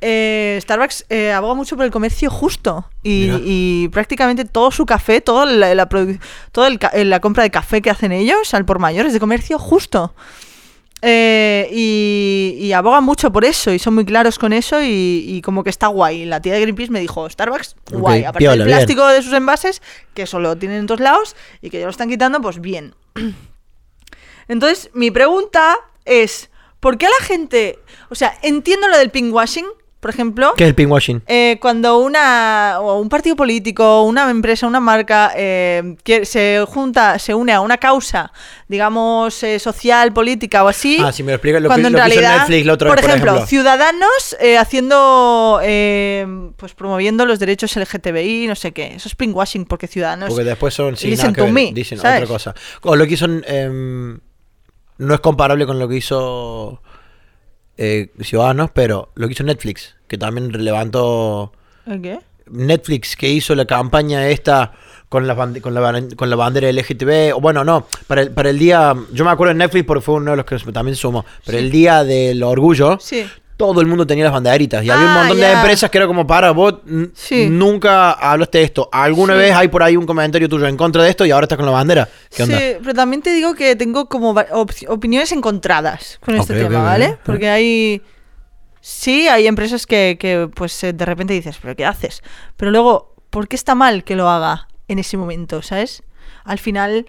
Speaker 3: eh, Starbucks eh, aboga mucho por el comercio justo. Y,
Speaker 4: Mira.
Speaker 3: y prácticamente todo su café, toda la, la produ- todo el ca- eh, la compra de café que hacen ellos al por mayor es de comercio justo. Eh, y, y abogan mucho por eso y son muy claros con eso y, y como que está guay. La tía de Greenpeace me dijo, Starbucks,
Speaker 4: Ok,
Speaker 3: guay, aparte
Speaker 4: piola,
Speaker 3: del
Speaker 4: bien.
Speaker 3: plástico de sus envases, que solo tienen en todos lados y que ya lo están quitando, pues bien. Entonces, mi pregunta es, ¿por qué a la gente, o sea, entiendo lo del pinkwashing, por ejemplo,
Speaker 4: ¿Qué es el pinkwashing?
Speaker 3: eh, cuando una o un partido político, una empresa, una marca eh, que se junta, se une a una causa, digamos eh, social, política o así.
Speaker 4: Ah, si me lo explicas lo que-
Speaker 3: cuando en
Speaker 4: lo que hizo
Speaker 3: realidad,
Speaker 4: Netflix la otra
Speaker 3: por,
Speaker 4: vez, por
Speaker 3: ejemplo,
Speaker 4: ejemplo.
Speaker 3: ciudadanos eh, haciendo, eh, pues promoviendo los derechos LGTBI, no sé qué. Eso es pinkwashing porque ciudadanos.
Speaker 4: Porque después son sí,
Speaker 3: Listen
Speaker 4: nada que
Speaker 3: to
Speaker 4: ver,
Speaker 3: me,
Speaker 4: dicen
Speaker 3: ¿sabes?
Speaker 4: otra cosa. O lo que hizo em, no es comparable con lo que hizo eh, Ciudadanos, pero lo que hizo Netflix, que también levantó
Speaker 3: ¿El qué?
Speaker 4: Netflix que hizo la campaña esta con la, bande- con la, ban- con la bandera LGTB, o bueno, no, para el, para el día, yo me acuerdo de Netflix porque fue uno de los que también sumó, pero el día del orgullo,
Speaker 3: Sí.
Speaker 4: todo el mundo tenía las banderitas y había un
Speaker 3: Ah,
Speaker 4: montón de
Speaker 3: ya.
Speaker 4: empresas que era como, para, vos n-
Speaker 3: Sí.
Speaker 4: nunca hablaste de esto, alguna
Speaker 3: Sí.
Speaker 4: vez hay por ahí un comentario tuyo en contra de esto y ahora estás con la bandera, ¿qué onda?
Speaker 3: Sí, pero también te digo que tengo como va- op- opiniones encontradas con este
Speaker 4: Ok, ok,
Speaker 3: tema,
Speaker 4: ok.
Speaker 3: ¿vale?
Speaker 4: Ah.
Speaker 3: Porque hay... Sí, hay empresas que, que, pues eh, de repente dices, pero ¿qué haces? Pero luego, ¿por qué está mal que lo haga en ese momento, ¿sabes? Al final...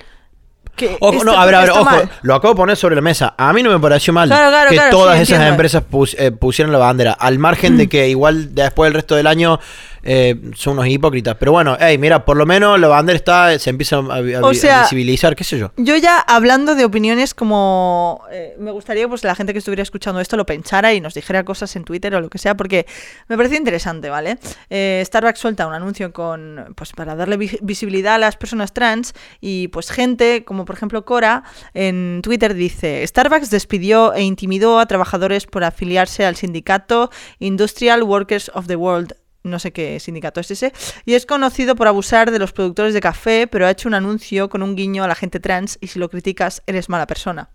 Speaker 3: Que
Speaker 4: Ojo,
Speaker 3: está-
Speaker 4: no, a
Speaker 3: ¿por
Speaker 4: ver,
Speaker 3: qué
Speaker 4: a ver,
Speaker 3: está
Speaker 4: ojo,
Speaker 3: mal?
Speaker 4: lo acabo de poner sobre la mesa. A mí no me pareció mal
Speaker 3: Claro, claro,
Speaker 4: que
Speaker 3: claro,
Speaker 4: todas
Speaker 3: sí,
Speaker 4: esas
Speaker 3: entiendo. Mm.
Speaker 4: empresas pus- eh, pusieran la bandera, al margen de que igual después del resto del año eh, son unos hipócritas. Pero bueno, hey, mira, por lo menos la bandera está, se empieza a, a- a-
Speaker 3: O
Speaker 4: a
Speaker 3: sea-
Speaker 4: visibilizar, qué sé yo.
Speaker 3: Yo ya hablando de opiniones como... eh, me gustaría que pues, la gente que estuviera escuchando esto lo pensara y nos dijera cosas en Twitter o lo que sea, porque me parece interesante, ¿vale? Eh, Starbucks suelta un anuncio con pues para darle vi- visibilidad a las personas trans y pues gente, como por ejemplo Cora, en Twitter dice, Starbucks despidió e intimidó a trabajadores por afiliarse al sindicato Industrial Workers of the World no sé qué sindicato es ese, y es conocido por abusar de los productores de café, pero ha hecho un anuncio con un guiño a la gente trans y si lo criticas eres mala persona.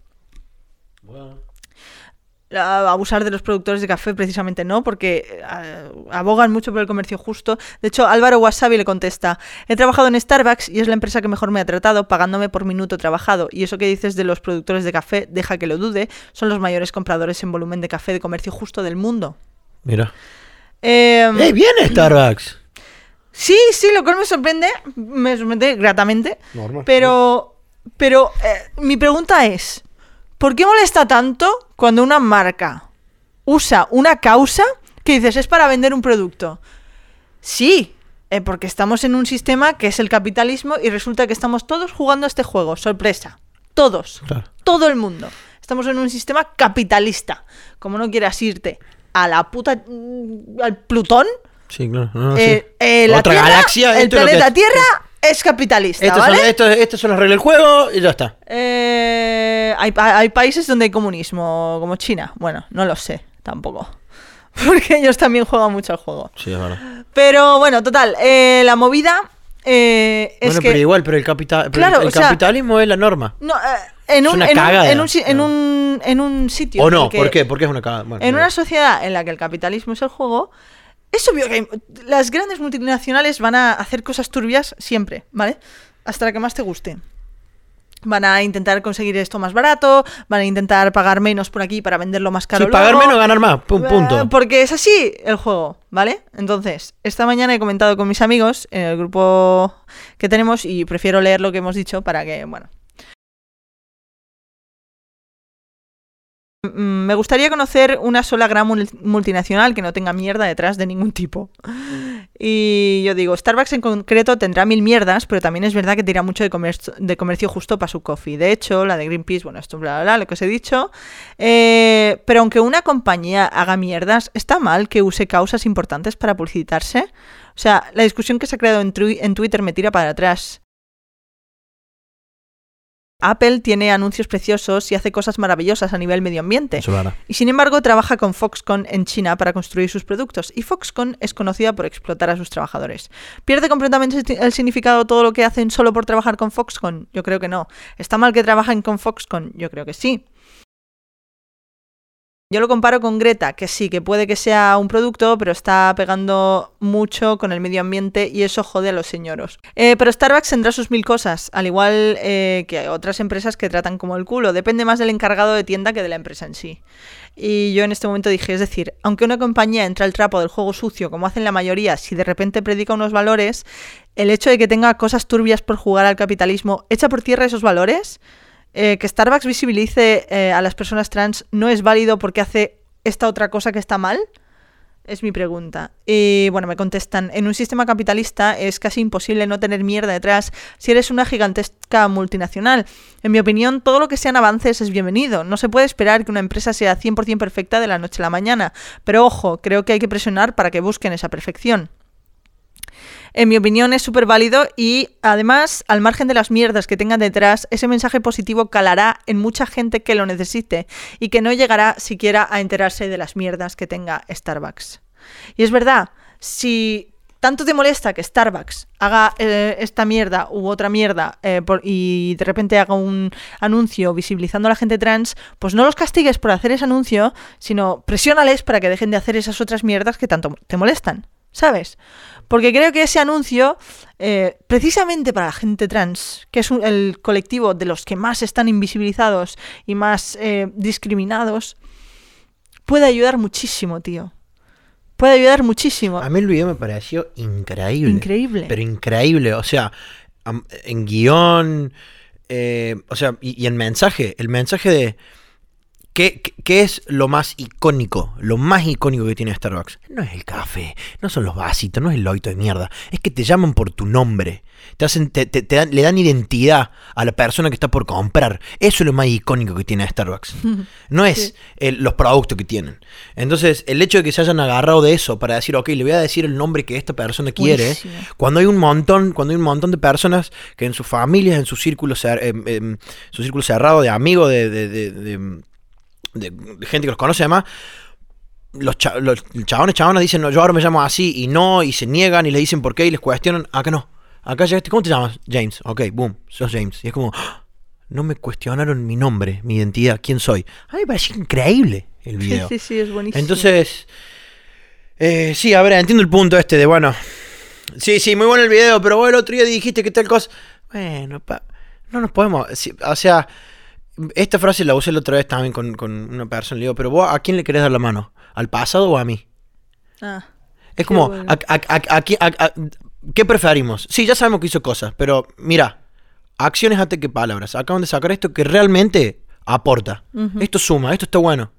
Speaker 3: A- Abusar de los productores de café precisamente no, porque eh, a- abogan mucho por el comercio justo. De hecho, Álvaro Wasabi le contesta, he trabajado en Starbucks y es la empresa que mejor me ha tratado, pagándome por minuto trabajado. Y eso que dices de los productores de café, deja que lo dude, son los mayores compradores en volumen de café de comercio justo del mundo.
Speaker 4: Mira.
Speaker 3: Em,
Speaker 4: ¡Ey, bien Starbucks!
Speaker 3: Sí, sí, lo cual me sorprende, me sorprende gratamente.
Speaker 4: Normal.
Speaker 3: Pero, pero eh, mi pregunta es, ¿por qué molesta tanto cuando una marca usa una causa que dices es para vender un producto? Sí, eh, porque estamos en un sistema que es el capitalismo y resulta que estamos todos jugando a este juego, sorpresa, todos,
Speaker 4: Claro.
Speaker 3: todo el mundo. Estamos en un sistema capitalista. Como no quieras irte a la puta, mm, al Plutón,
Speaker 4: Sí, claro. no, no, Ah, sí.
Speaker 3: eh, eh, la
Speaker 4: Otra
Speaker 3: Tierra,
Speaker 4: galaxia,
Speaker 3: el
Speaker 4: esto es lo que-
Speaker 3: planeta Tierra es capitalista,
Speaker 4: Estas
Speaker 3: ¿vale?
Speaker 4: son, esto- estas son las reglas del juego y ya está.
Speaker 3: Eh, hay, pa- hay países donde hay comunismo, como China. Bueno, no lo sé tampoco. Porque ellos también juegan mucho al juego.
Speaker 4: Sí, es verdad.
Speaker 3: Pero bueno, total, eh, la movida eh, es
Speaker 4: bueno,
Speaker 3: que...
Speaker 4: pero igual, pero el, capital, pero
Speaker 3: Claro,
Speaker 4: el
Speaker 3: o sea-
Speaker 4: capitalismo es la norma.
Speaker 3: No, eh, en,
Speaker 4: Es
Speaker 3: un,
Speaker 4: una
Speaker 3: en, un-
Speaker 4: cagada,
Speaker 3: en un si- en
Speaker 4: ¿no?
Speaker 3: un- en un sitio...
Speaker 4: ¿O
Speaker 3: en el
Speaker 4: no?
Speaker 3: que-
Speaker 4: ¿Por qué? Porque es una cagada. Bueno,
Speaker 3: En
Speaker 4: mira.
Speaker 3: una sociedad en la que el capitalismo es el juego, es obvio que hay- las grandes multinacionales van a hacer cosas turbias siempre, ¿vale? Hasta la que más te guste. Van a intentar conseguir esto más barato, van a intentar pagar menos por aquí para venderlo más caro.
Speaker 4: Sí, pagar
Speaker 3: luego.
Speaker 4: menos, ganar más. Pum,
Speaker 3: Eh,
Speaker 4: punto.
Speaker 3: Porque es así el juego, ¿vale? Entonces, esta mañana he comentado con mis amigos en el grupo que tenemos y prefiero leer lo que hemos dicho para que, bueno. Mm, Me gustaría conocer una sola gran mul- multinacional que no tenga mierda detrás de ningún tipo. Y yo digo, Starbucks en concreto tendrá mil mierdas, pero también es verdad que tira mucho de comercio, de comercio justo para su coffee. De hecho, la de Greenpeace, bueno, esto, bla, bla, bla, lo que os he dicho. Eh, pero aunque una compañía haga mierdas, ¿está mal que use causas importantes para publicitarse? O sea, la discusión que se ha creado en, tru- en Twitter me tira para atrás. Apple tiene anuncios preciosos y hace cosas maravillosas a nivel medio ambiente.
Speaker 4: Eso es verdad.
Speaker 3: Y sin embargo trabaja con Foxconn en China para construir sus productos. Y Foxconn es conocida por explotar a sus trabajadores. ¿Pierde completamente el ti- el significado todo lo que hacen solo por trabajar con Foxconn? Yo creo que no. ¿Está mal que trabajen con Foxconn? Yo creo que sí. Yo lo comparo con Greta, que sí, que puede que sea un producto, pero está pegando mucho con el medio ambiente y eso jode a los señoros. Eh, pero Starbucks tendrá sus mil cosas, al igual eh, que otras empresas que tratan como el culo. Depende más del encargado de tienda que de la empresa en sí. Y yo en este momento dije, es decir, aunque una compañía entra al trapo del juego sucio, como hacen la mayoría, si de repente predica unos valores, el hecho de que tenga cosas turbias por jugar al capitalismo, echa por tierra esos valores. Eh, que Starbucks visibilice eh, a las personas trans no es válido porque hace esta otra cosa que está mal? Es mi pregunta. Y bueno, me contestan, en un sistema capitalista es casi imposible no tener mierda detrás si eres una gigantesca multinacional. En mi opinión, todo lo que sean avances es bienvenido. No se puede esperar que una empresa sea 100% perfecta de la noche a la mañana. Pero ojo, creo que hay que presionar para que busquen esa perfección en mi opinión es súper válido y además, al margen de las mierdas que tengan detrás, ese mensaje positivo calará en mucha gente que lo necesite y que no llegará siquiera a enterarse de las mierdas que tenga Starbucks. Y es verdad, si tanto te molesta que Starbucks haga eh, esta mierda u otra mierda eh, por- y de repente haga un anuncio visibilizando a la gente trans, pues no los castigues por hacer ese anuncio, sino presiónales para que dejen de hacer esas otras mierdas que tanto te molestan, ¿sabes? Porque creo que ese anuncio, eh, precisamente para la gente trans, que es un- el colectivo de los que más están invisibilizados y más eh, discriminados, puede ayudar muchísimo, tío. Puede ayudar muchísimo.
Speaker 4: A mí el video me pareció increíble.
Speaker 3: Increíble.
Speaker 4: Pero increíble. O sea, am- en guión. eh, o sea, y, y en mensaje. El mensaje de. ¿Qué, qué, qué es lo más icónico? Lo más icónico que tiene Starbucks. No es el café, no son los vasitos, no es el loito de mierda. Es que te llaman por tu nombre. Te hacen, te, te- te dan- le dan identidad a la persona que está por comprar. Eso es lo más icónico que tiene Starbucks. No es
Speaker 3: Sí.
Speaker 4: el- los productos que tienen. Entonces, el hecho de que se hayan agarrado de eso para decir, ok, le voy a decir el nombre que esta persona quiere,
Speaker 3: Buenísimo.
Speaker 4: cuando hay un montón, cuando hay un montón de personas que en sus familias, en su círculo, cer- em, em, su círculo cerrado de amigos, de, de- de- de- de- de gente que los conoce además, los, cha- los chabones, chabonas dicen, no, yo ahora me llamo así y no, y se niegan y les dicen por qué y les cuestionan, acá no, acá llegaste, ¿cómo te llamas? James, ok, boom, sos James. Y es como, ¡Ah! no me cuestionaron mi nombre, mi identidad, quién soy. A mí me pareció increíble el
Speaker 3: Sí,
Speaker 4: video.
Speaker 3: sí, sí, es buenísimo.
Speaker 4: Entonces, eh, sí, a ver, entiendo el punto este de, bueno, sí, sí, muy bueno el video, pero vos el otro día dijiste que tal cosa. Bueno, pa- no nos podemos, sí, o sea, esta frase la usé la otra vez también con, con una persona, le digo, pero vos a quién le querés dar la mano, al pasado o a mí.
Speaker 3: Ah,
Speaker 4: Es como,
Speaker 3: bueno.
Speaker 4: a- a- a- a- aquí- a- a- ¿qué preferimos? Sí, ya sabemos que hizo cosas, pero mira, acciones antes que palabras. Acaban de sacar esto que realmente aporta. Esto suma, esto está bueno.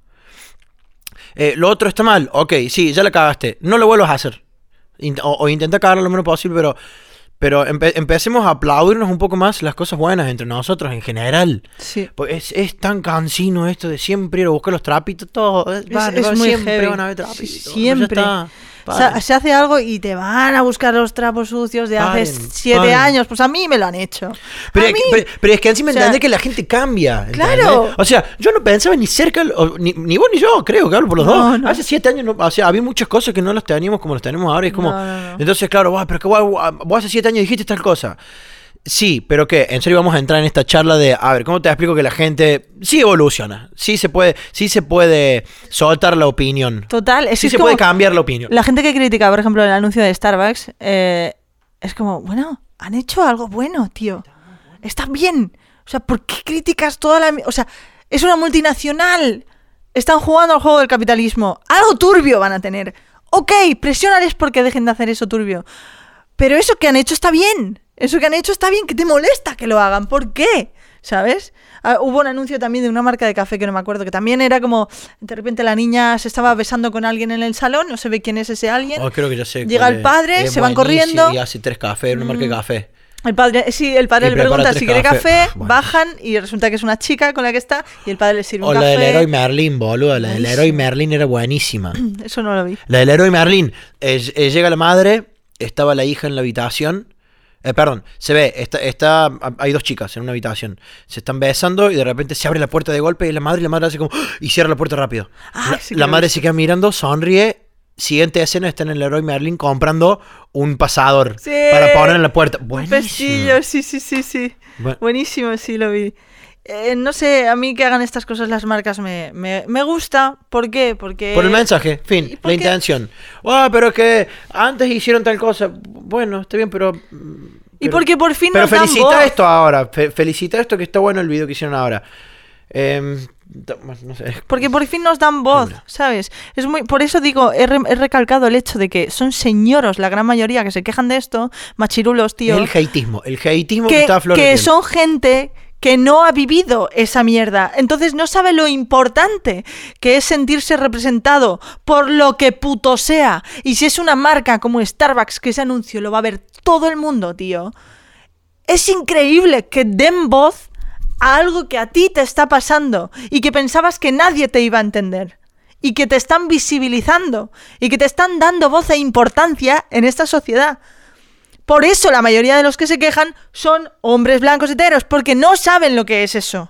Speaker 4: Eh, lo otro está mal, ok, sí, ya la cagaste. No lo vuelvas a hacer. Int- o, o intenta cagarlo lo menos posible, pero, pero empe- empecemos a aplaudirnos un poco más las cosas buenas entre nosotros en general.
Speaker 3: sí.
Speaker 4: Pues Es, es tan cansino esto de siempre ir a buscar los trapitos, todo. Es, vale,
Speaker 3: es
Speaker 4: vale,
Speaker 3: muy
Speaker 4: siempre
Speaker 3: heavy.
Speaker 4: van a haber
Speaker 3: Sí,
Speaker 4: trapitos. ya
Speaker 3: siempre.
Speaker 4: está.
Speaker 3: O sea,
Speaker 4: Vale.
Speaker 3: se hace algo y te van a buscar los trapos sucios de hace
Speaker 4: Paren,
Speaker 3: siete
Speaker 4: paren.
Speaker 3: años. Pues a mí me lo han hecho.
Speaker 4: Pero,
Speaker 3: a mí,
Speaker 4: pero- pero es que encima
Speaker 3: O sea,
Speaker 4: entender que la gente cambia. ¿entendés?
Speaker 3: Claro.
Speaker 4: O sea, yo no pensaba ni cerca, o ni, ni vos ni yo, creo que hablo por los
Speaker 3: No,
Speaker 4: dos.
Speaker 3: no.
Speaker 4: Hace siete años, no, o sea, había muchas cosas que no las teníamos como las tenemos ahora. y es como,
Speaker 3: No, no, no.
Speaker 4: entonces, claro, "Buah, pero es que guau, guau, vos hace siete años dijiste tal cosa. Sí, pero que en serio vamos a entrar en esta charla de, a ver, ¿cómo te explico que la gente sí evoluciona? Sí se puede, sí se puede soltar la opinión.
Speaker 3: total, es, que
Speaker 4: Sí
Speaker 3: es
Speaker 4: se
Speaker 3: como
Speaker 4: puede cambiar la opinión.
Speaker 3: la gente que critica, por ejemplo, el anuncio de Starbucks, eh, es como, bueno, han hecho algo bueno, tío. Está bien. O sea, ¿por qué criticas toda la... mi- O sea, es una multinacional. Están jugando al juego del capitalismo. Algo turbio van a tener. Ok, presionales porque dejen de hacer eso turbio. Pero eso que han hecho está bien. Eso que han hecho está bien. Que te molesta que lo hagan. ¿Por qué? ¿Sabes? Ah, hubo un anuncio también de una marca de café que no me acuerdo, que también era como, de repente la niña se estaba besando con alguien en el salón, no se ve quién es ese alguien.
Speaker 4: Oh, creo que ya sé
Speaker 3: Llega
Speaker 4: cuál
Speaker 3: el
Speaker 4: es.
Speaker 3: padre,
Speaker 4: Es
Speaker 3: se van
Speaker 4: buenísimo
Speaker 3: corriendo. Mm.
Speaker 4: Y hace tres cafés, una marca de café.
Speaker 3: El padre, eh, sí, el
Speaker 4: Y
Speaker 3: padre le
Speaker 4: prepara
Speaker 3: pregunta
Speaker 4: tres
Speaker 3: si quiere
Speaker 4: café.
Speaker 3: café,
Speaker 4: Bueno.
Speaker 3: bajan y resulta que es una chica con la que está y el padre le sirve
Speaker 4: O
Speaker 3: un
Speaker 4: la del héroe
Speaker 3: café.
Speaker 4: Merlin, boludo. La del
Speaker 3: Buenísimo.
Speaker 4: héroe Merlin era buenísima.
Speaker 3: Eso no lo vi.
Speaker 4: La del héroe Merlin. eh, eh, llega la madre, estaba la hija en la habitación. Eh, perdón, se ve, está, está, ah, hay dos chicas en una habitación. Se están besando y de repente se abre la puerta de golpe y la madre, y la madre hace como... ¡Ah! Y cierra la puerta rápido.
Speaker 3: Ah,
Speaker 4: la
Speaker 3: sí que
Speaker 4: la
Speaker 3: lo
Speaker 4: madre
Speaker 3: vi.
Speaker 4: se queda mirando, sonríe. Siguiente escena está en el héroe Merlin comprando un pasador
Speaker 3: Sí.
Speaker 4: para poner en la puerta.
Speaker 3: Un
Speaker 4: Buenísimo.
Speaker 3: pestillo, sí, sí, sí, sí.
Speaker 4: Bu-
Speaker 3: Buenísimo, sí, lo vi. eh, no sé, a mí que hagan estas cosas las marcas me, me, me gusta. ¿Por qué? Porque...
Speaker 4: Por el mensaje, fin,
Speaker 3: Eh, ¿y
Speaker 4: la
Speaker 3: por qué?
Speaker 4: intención. Ah, pero es que antes hicieron tal cosa. Bueno, está bien, pero. mm,
Speaker 3: Y
Speaker 4: pero-
Speaker 3: porque por fin
Speaker 4: Pero
Speaker 3: nos dan
Speaker 4: felicita
Speaker 3: voz.
Speaker 4: esto ahora. fe- felicita esto que está bueno el video que hicieron ahora. Em, ta- bueno, no sé.
Speaker 3: Porque por fin nos dan voz, ¿sabes? Es muy, por eso digo, he, re- he recalcado el hecho de que son señoros la gran mayoría que se quejan de esto, machirulos, tío.
Speaker 4: El hateismo. El hateismo que,
Speaker 3: que,
Speaker 4: está
Speaker 3: que
Speaker 4: floreciendo.
Speaker 3: son gente que no ha vivido esa mierda. Entonces no sabe lo importante que es sentirse representado por lo que puto sea. Y si es una marca como Starbucks que ese anuncio lo va a ver todo el mundo, tío. Es increíble que den voz a algo que a ti te está pasando y que pensabas que nadie te iba a entender. Y que te están visibilizando y que te están dando voz e importancia en esta sociedad. Por eso la mayoría de los que se quejan son hombres blancos heteros, porque no saben lo que es eso.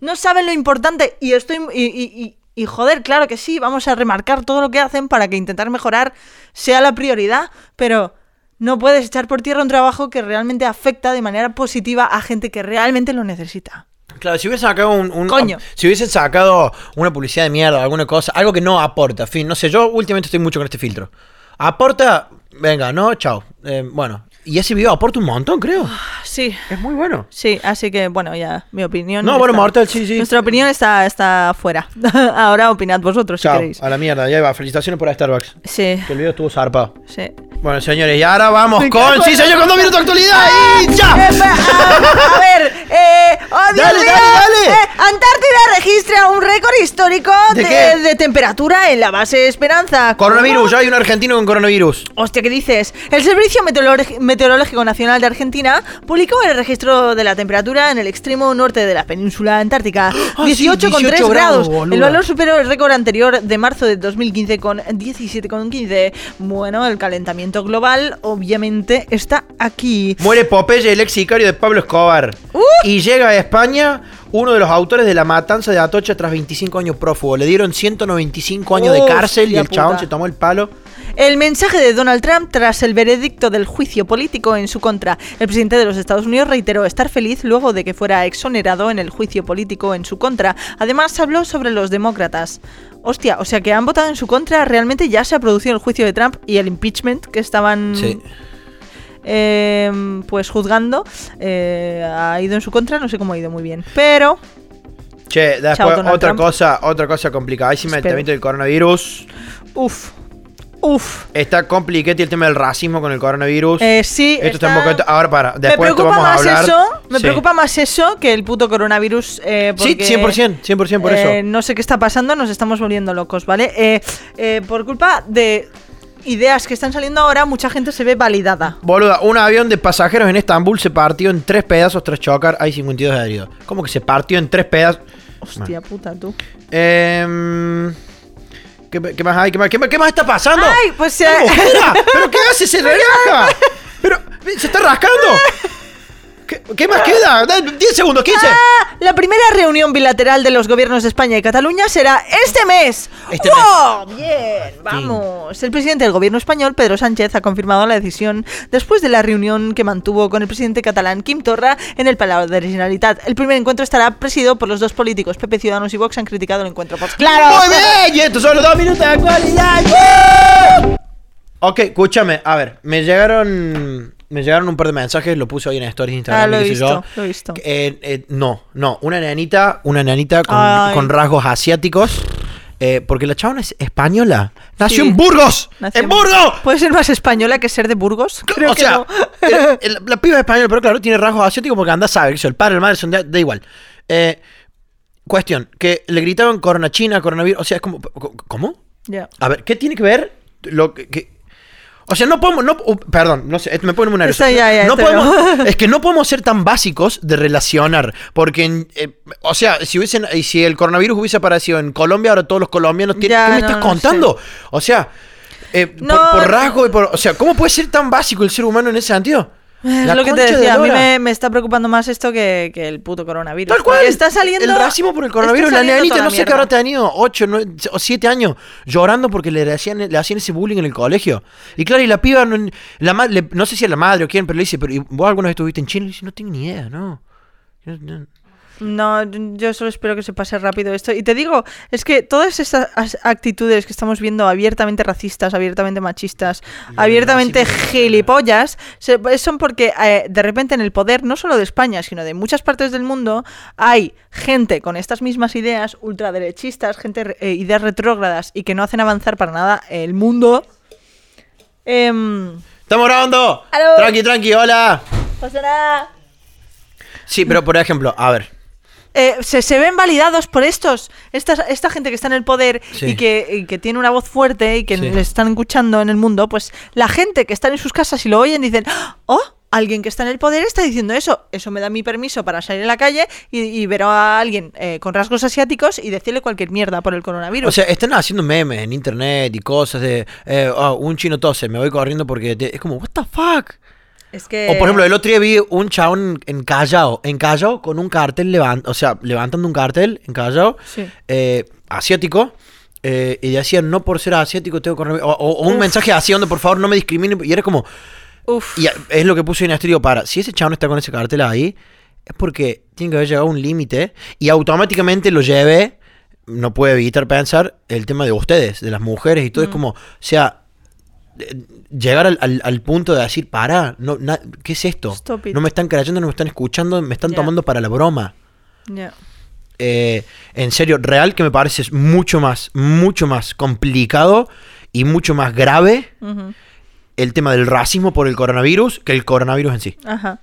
Speaker 3: No saben lo importante y estoy y, y- y- y, joder, claro que sí, vamos a remarcar todo lo que hacen para que intentar mejorar sea la prioridad, pero no puedes echar por tierra un trabajo que realmente afecta de manera positiva a gente que realmente lo necesita.
Speaker 4: Claro, si hubiesen sacado un, un-
Speaker 3: Coño.
Speaker 4: Si hubiesen sacado una publicidad de mierda, alguna cosa, algo que no aporta, en fin, no sé, yo últimamente estoy mucho con este filtro. Aporta, venga, no, chao. Eh, bueno, y ese video aporta un montón, creo.
Speaker 3: Sí.
Speaker 4: Es muy bueno.
Speaker 3: Sí, así que bueno, ya mi opinión.
Speaker 4: No, bueno, Marta, sí, sí.
Speaker 3: Nuestra opinión está, está fuera. Ahora opinad vosotros si
Speaker 4: Chao,
Speaker 3: queréis.
Speaker 4: a la mierda, ya va. Felicitaciones por Starbucks.
Speaker 3: Sí,
Speaker 4: Que el video estuvo zarpado.
Speaker 3: sí.
Speaker 4: Bueno, señores, y ahora vamos
Speaker 3: Me
Speaker 4: con.
Speaker 3: cago
Speaker 4: Sí,
Speaker 3: en-
Speaker 4: señor, con dos minutos de actualidad y
Speaker 3: Eh,
Speaker 4: ya.
Speaker 3: pa- a, a ver, eh, oh, Dios
Speaker 4: Dale,
Speaker 3: mío,
Speaker 4: dale, dale.
Speaker 3: eh, Antártida registra un récord histórico
Speaker 4: ¿De
Speaker 3: de,
Speaker 4: qué?
Speaker 3: de temperatura en la base Esperanza.
Speaker 4: Coronavirus,
Speaker 3: ¿Cómo?
Speaker 4: ya hay un argentino con coronavirus.
Speaker 3: Hostia, ¿qué dices? El Servicio Meteorolog- Meteorológico Nacional de Argentina publicó el registro de la temperatura en el extremo norte de la península antártica.
Speaker 4: Ah, sí,
Speaker 3: 18,3
Speaker 4: 18 grados,
Speaker 3: grados.
Speaker 4: boluda.
Speaker 3: el valor superó el récord anterior de marzo de 2015 con 17,15. Bueno, el calentamiento global obviamente está aquí.
Speaker 4: Muere Popeye, el ex sicario de Pablo Escobar.
Speaker 3: ¡Uh!
Speaker 4: Y llega a España uno de los autores de la matanza de Atocha tras 25 años prófugo. Le dieron 195 años de
Speaker 3: Hostia
Speaker 4: cárcel y el
Speaker 3: puta.
Speaker 4: chabón se tomó el palo.
Speaker 3: El mensaje de Donald Trump tras el veredicto del juicio político en su contra. El presidente de los Estados Unidos reiteró estar feliz luego de que fuera exonerado en el juicio político en su contra. Además, habló sobre los demócratas. Hostia, o sea que han votado en su contra, realmente ya se ha producido el juicio de Trump y el impeachment que estaban
Speaker 4: Sí.
Speaker 3: eh, pues juzgando. eh, ha ido en su contra, no sé cómo ha ido muy bien. Pero
Speaker 4: Che, después
Speaker 3: Chao, Donald
Speaker 4: otra
Speaker 3: Trump.
Speaker 4: cosa, otra cosa complicada. Ahí sí me-
Speaker 3: Espero.
Speaker 4: también el coronavirus.
Speaker 3: Uf, uf.
Speaker 4: Está complicado el tema del racismo con el coronavirus.
Speaker 3: Eh, sí,
Speaker 4: esto está, un
Speaker 3: está-
Speaker 4: poquito. Ahora para, después
Speaker 3: me
Speaker 4: esto
Speaker 3: preocupa
Speaker 4: vamos a
Speaker 3: más
Speaker 4: hablar.
Speaker 3: eso, me
Speaker 4: Sí.
Speaker 3: preocupa más eso que el puto coronavirus. eh,
Speaker 4: Sí,
Speaker 3: porque,
Speaker 4: 100%, 100% por
Speaker 3: eh,
Speaker 4: eso.
Speaker 3: no sé qué está pasando, nos estamos volviendo locos, ¿vale? Eh, eh, por culpa de ideas que están saliendo ahora, mucha gente se ve validada.
Speaker 4: Boluda, un avión de pasajeros en Estambul se partió en tres pedazos tras chocar. Hay 52 heridos. ¿Cómo que se partió en tres pedazos?
Speaker 3: Hostia puta, tú.
Speaker 4: Em, ¿qué, qué más hay? ¿Qué más, qué más- qué más está pasando?
Speaker 3: Ay, pues,
Speaker 4: ¡Una
Speaker 3: eh.
Speaker 4: mosquera! ¿Pero qué hace? ¡Se relaja! ¡Pero se está rascando! ¿Qué, qué más queda? Da- 10 segundos, 15.
Speaker 3: Ah, La primera reunión bilateral de los gobiernos de España y Cataluña será este mes.
Speaker 4: Este
Speaker 3: ¡Wow! Bien, vamos. El presidente del gobierno español, Pedro Sánchez, ha confirmado la decisión después de la reunión que mantuvo con el presidente catalán Kim Torra en el Palau de la Generalitat. El primer encuentro estará presidido por los dos políticos. Pepe Ciudadanos y Vox han criticado el encuentro. Pues claro.
Speaker 4: Muy bien, y estos son los dos minutos de actualidad. ¡Yeah! Ok, escúchame, a ver, me llegaron me llegaron un par de mensajes, lo puse hoy en stories de Instagram,
Speaker 3: Ah, lo
Speaker 4: y
Speaker 3: he
Speaker 4: qué sé
Speaker 3: visto,
Speaker 4: yo.
Speaker 3: lo he visto.
Speaker 4: Eh, eh, no, no, una nenita, una nenita con,
Speaker 3: Ay.
Speaker 4: con rasgos asiáticos, eh, porque la chavana es española, nació
Speaker 3: Sí.
Speaker 4: en Burgos,
Speaker 3: Nació
Speaker 4: en Burgos.
Speaker 3: ¿Puede ser más española que ser de Burgos? Creo
Speaker 4: o
Speaker 3: que
Speaker 4: sea, eh,
Speaker 3: no.
Speaker 4: el- el- la piba es española, pero claro, tiene rasgos asiáticos porque anda sabe, que el padre, el madre, son de- da igual. Eh, cuestión, que le gritaban corona china, coronavirus, o sea, es como, ¿cómo?
Speaker 3: Ya.
Speaker 4: A ver, ¿qué tiene que ver lo que... que- o sea, no podemos... No, uh, perdón, no sé, esto me pone muy nervioso.
Speaker 3: Esto ya, ya,
Speaker 4: no
Speaker 3: esto
Speaker 4: podemos,
Speaker 3: no.
Speaker 4: es que no podemos ser tan básicos de relacionar. Porque, en, eh, o sea, si hubiesen y si el coronavirus hubiese aparecido en Colombia, ahora todos los colombianos tienen...
Speaker 3: Ya,
Speaker 4: ¿Qué me
Speaker 3: no,
Speaker 4: estás
Speaker 3: no
Speaker 4: contando? O sea, eh, por-
Speaker 3: No,
Speaker 4: por,
Speaker 3: no.
Speaker 4: rasgo y por... O sea, ¿cómo puede ser tan básico el ser humano en ese sentido?
Speaker 3: Es
Speaker 4: La
Speaker 3: lo que te
Speaker 4: concha de
Speaker 3: decía, a mí
Speaker 4: Dora.
Speaker 3: me, me está preocupando más esto que, que el puto coronavirus.
Speaker 4: Tal cual.
Speaker 3: Porque Está saliendo.
Speaker 4: El racismo por el
Speaker 3: está
Speaker 4: coronavirus. La
Speaker 3: saliendo
Speaker 4: nenita,
Speaker 3: toda
Speaker 4: no
Speaker 3: la
Speaker 4: sé qué ahora
Speaker 3: mierda.
Speaker 4: tenido, 8 o 7 años, llorando porque le hacían, le hacían ese bullying en el colegio. Y claro, y la piba, no, la ma- le- no sé si a la madre o quién, pero le dice, pero ¿y ¿vos alguna vez estuviste en China? Y le dice, no tengo ni idea, no. No, no.
Speaker 3: No, yo solo espero que se pase rápido esto. Y te digo, es que todas estas as- actitudes que estamos viendo abiertamente racistas, abiertamente machistas, abiertamente gilipollas, se- son porque eh, de repente en el poder, no solo de España, sino de muchas partes del mundo, hay gente con estas mismas ideas ultraderechistas, gente eh, ideas retrógradas y que no hacen avanzar para nada el mundo. Em,
Speaker 4: ¡Estamos grabando!
Speaker 3: Aló.
Speaker 4: Tranqui, tranqui, hola.
Speaker 3: pasa nada.
Speaker 4: Sí, pero por ejemplo, a ver.
Speaker 3: Eh, se, se ven validados por estos, estas- esta, gente que está en el poder
Speaker 4: Sí.
Speaker 3: y, que, y que tiene una voz fuerte y que
Speaker 4: Sí.
Speaker 3: le están escuchando en el mundo, pues la gente que está en sus casas y lo oyen dicen, oh, alguien que está en el poder está diciendo eso, eso me da mi permiso para salir a la calle y, y ver a alguien eh, con rasgos asiáticos y decirle cualquier mierda por el coronavirus.
Speaker 4: O sea, están haciendo memes en internet y cosas de. eh, ah, un chino tose, me voy corriendo porque. te- Es como, ¿what the fuck?
Speaker 3: es que...
Speaker 4: O por ejemplo, el otro día vi un chabón en Callao, en Callao con un cartel, levan- o sea, levantando un cartel en Callao,
Speaker 3: Sí.
Speaker 4: eh, asiático, eh, y decían, no por ser asiático tengo coronavirus, o, o- o un mensaje así donde por favor no me discriminen, y era como,
Speaker 3: Uf.
Speaker 4: y a- es lo que puso Inés Trío para, si ese chabón está con ese cartel ahí, es porque tiene que haber llegado a un límite, y automáticamente lo lleve, no puede evitar pensar, el tema de ustedes, de las mujeres, y
Speaker 3: Mm.
Speaker 4: todo es como, o sea... de- Llegar al, al- al punto de decir, para, no, na- ¿qué es esto?
Speaker 3: Stop it.
Speaker 4: No me están creyendo, no me están escuchando, me están
Speaker 3: Ya.
Speaker 4: tomando para la broma.
Speaker 3: Ya.
Speaker 4: Eh, en serio, real que me parece es mucho más, mucho más complicado y mucho más grave
Speaker 3: Ujú.
Speaker 4: el tema del racismo por el coronavirus que el coronavirus en sí.
Speaker 3: Ajá.